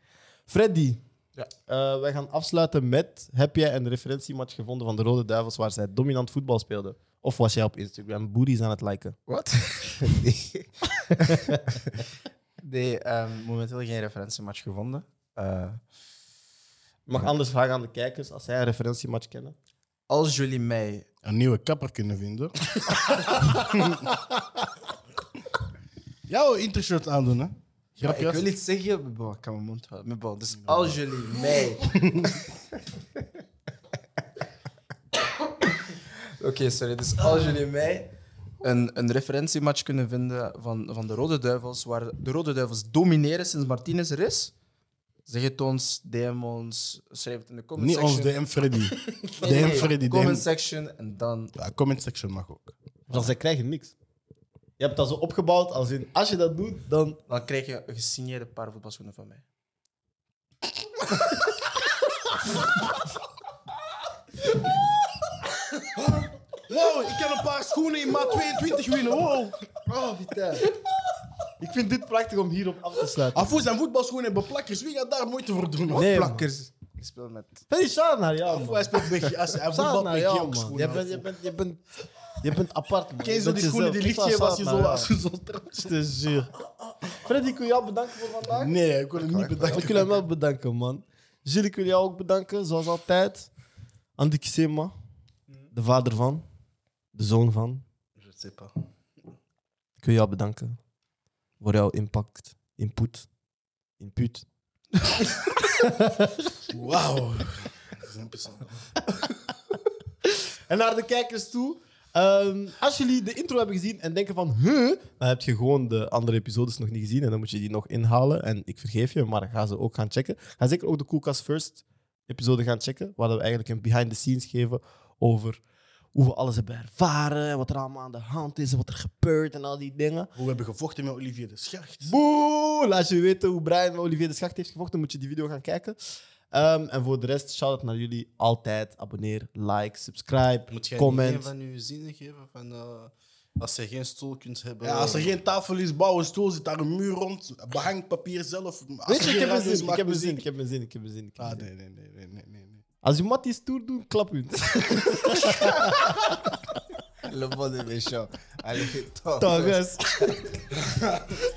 [SPEAKER 4] Freddy.
[SPEAKER 2] Ja.
[SPEAKER 4] Eh, wij gaan afsluiten met... Heb jij een referentiematch gevonden van de Rode Duivels waar zij dominant voetbal speelden? Of was jij op Instagram booties aan het liken?
[SPEAKER 1] Wat? nee, ehm, momenteel geen referentiematch gevonden. Eh,
[SPEAKER 4] Je mag anders vragen aan de kijkers als zij een referentiematch kennen.
[SPEAKER 1] als jullie mij
[SPEAKER 2] Een nieuwe kapper kunnen vinden. Jouw intershirt aandoen, hè?
[SPEAKER 1] Maar ik
[SPEAKER 2] Grapjes.
[SPEAKER 1] wil iets zeggen, maar bon, ik kan mijn mond houden. Maar bon, dus als jullie mij. Oké, sorry. Dus als jullie mij een, een referentiematch kunnen vinden van, van de Rode Duivels, waar de Rode Duivels domineren sinds Martinez er is, zeg het ons, DM ons, schrijf het in de comment
[SPEAKER 2] Niet ons
[SPEAKER 1] section.
[SPEAKER 2] DM Freddy.
[SPEAKER 1] Nee, nee,
[SPEAKER 2] DM Freddy,
[SPEAKER 1] Comment
[SPEAKER 2] DM.
[SPEAKER 1] section en dan.
[SPEAKER 2] Ja, comment section mag ook.
[SPEAKER 4] Want zij krijgen niks. Je hebt dat zo opgebouwd als in... Als je dat doet, dan...
[SPEAKER 1] Dan krijg je een gesigneerde paar voetbalschoenen van mij.
[SPEAKER 2] Wow, ik kan een paar schoenen in maat 22 winnen. Wow.
[SPEAKER 1] Oh, Vitaal.
[SPEAKER 4] Ik vind dit prachtig om hierop af te sluiten.
[SPEAKER 2] Afu zijn voetbalschoenen hebben plakkers. Wie gaat daar moeite voor doen?
[SPEAKER 4] Nee, man.
[SPEAKER 1] Plakkers. Ik speel met.
[SPEAKER 4] Freddy, shout naar jou,
[SPEAKER 2] Afu,
[SPEAKER 4] man.
[SPEAKER 2] hij speelt weg. Als hij
[SPEAKER 4] Shout
[SPEAKER 2] voetbalt
[SPEAKER 4] naar
[SPEAKER 2] met
[SPEAKER 4] jou,
[SPEAKER 2] jou
[SPEAKER 4] man. Je bent, je,
[SPEAKER 2] schoenen.
[SPEAKER 4] bent, je, bent, je bent apart, man.
[SPEAKER 2] Ken
[SPEAKER 4] Je
[SPEAKER 2] zo
[SPEAKER 4] bent
[SPEAKER 2] die schoenen
[SPEAKER 4] jezelf.
[SPEAKER 2] die
[SPEAKER 4] Ik
[SPEAKER 2] licht
[SPEAKER 4] zou
[SPEAKER 2] geven als je
[SPEAKER 4] shout
[SPEAKER 2] zo
[SPEAKER 4] naar
[SPEAKER 2] als
[SPEAKER 4] jou.
[SPEAKER 2] je zo trapt?
[SPEAKER 4] Het is zuur. Freddy, ik wil jou bedanken voor vandaag.
[SPEAKER 2] Nee, ik wil hem niet bedanken.
[SPEAKER 4] Ik wil hem wel bedanken, man. Gilles, ik wil jou ook bedanken, zoals altijd. Andy Kisema,
[SPEAKER 2] Mm.
[SPEAKER 4] de vader van, de zoon van.
[SPEAKER 5] Je sais pas.
[SPEAKER 4] Ik wil jou bedanken voor jouw impact, input, input.
[SPEAKER 2] Wauw. Dat is een persoon.
[SPEAKER 4] En naar de kijkers toe. ehm, als jullie de intro hebben gezien en denken van, huh, dan heb je gewoon de andere episodes nog niet gezien en dan moet je die nog inhalen. En ik vergeef je, maar ga ze ook gaan checken. Ga zeker ook de Koelkast First episode gaan checken, waar we eigenlijk een behind the scenes geven over hoe we alles hebben ervaren, wat er allemaal aan de hand is, wat er gebeurt en al die dingen.
[SPEAKER 2] Hoe we hebben gevochten met Olivier de Schacht.
[SPEAKER 4] Boe! Laat je weten hoe Brian met Olivier de Schacht heeft gevochten. Moet je die video gaan kijken. Ehm, en voor de rest, shout-out naar jullie. Altijd abonneer, like, subscribe,
[SPEAKER 5] Moet jij niet een
[SPEAKER 4] comment.
[SPEAKER 5] van uw zinnen geven van... eh, als je geen stoel kunt hebben...
[SPEAKER 2] Ja, als er geen tafel is, bouw een stoel, zit daar een muur rond, behang papier zelf. Als
[SPEAKER 4] Weet
[SPEAKER 2] er
[SPEAKER 4] je, ik
[SPEAKER 2] geen
[SPEAKER 4] heb
[SPEAKER 2] radio
[SPEAKER 4] een
[SPEAKER 2] is,
[SPEAKER 4] zin, ik
[SPEAKER 2] maak
[SPEAKER 4] heb een
[SPEAKER 2] muziek.
[SPEAKER 4] zin, ik heb een zin, ik heb een zin. ik heb
[SPEAKER 2] Ah,
[SPEAKER 4] een zin.
[SPEAKER 2] nee, nee, nee, nee, nee, nee. nee.
[SPEAKER 4] Als je Mattie stoer doet, klap u.
[SPEAKER 1] Le bon de méchant. Allez, top.
[SPEAKER 4] Toch, guys.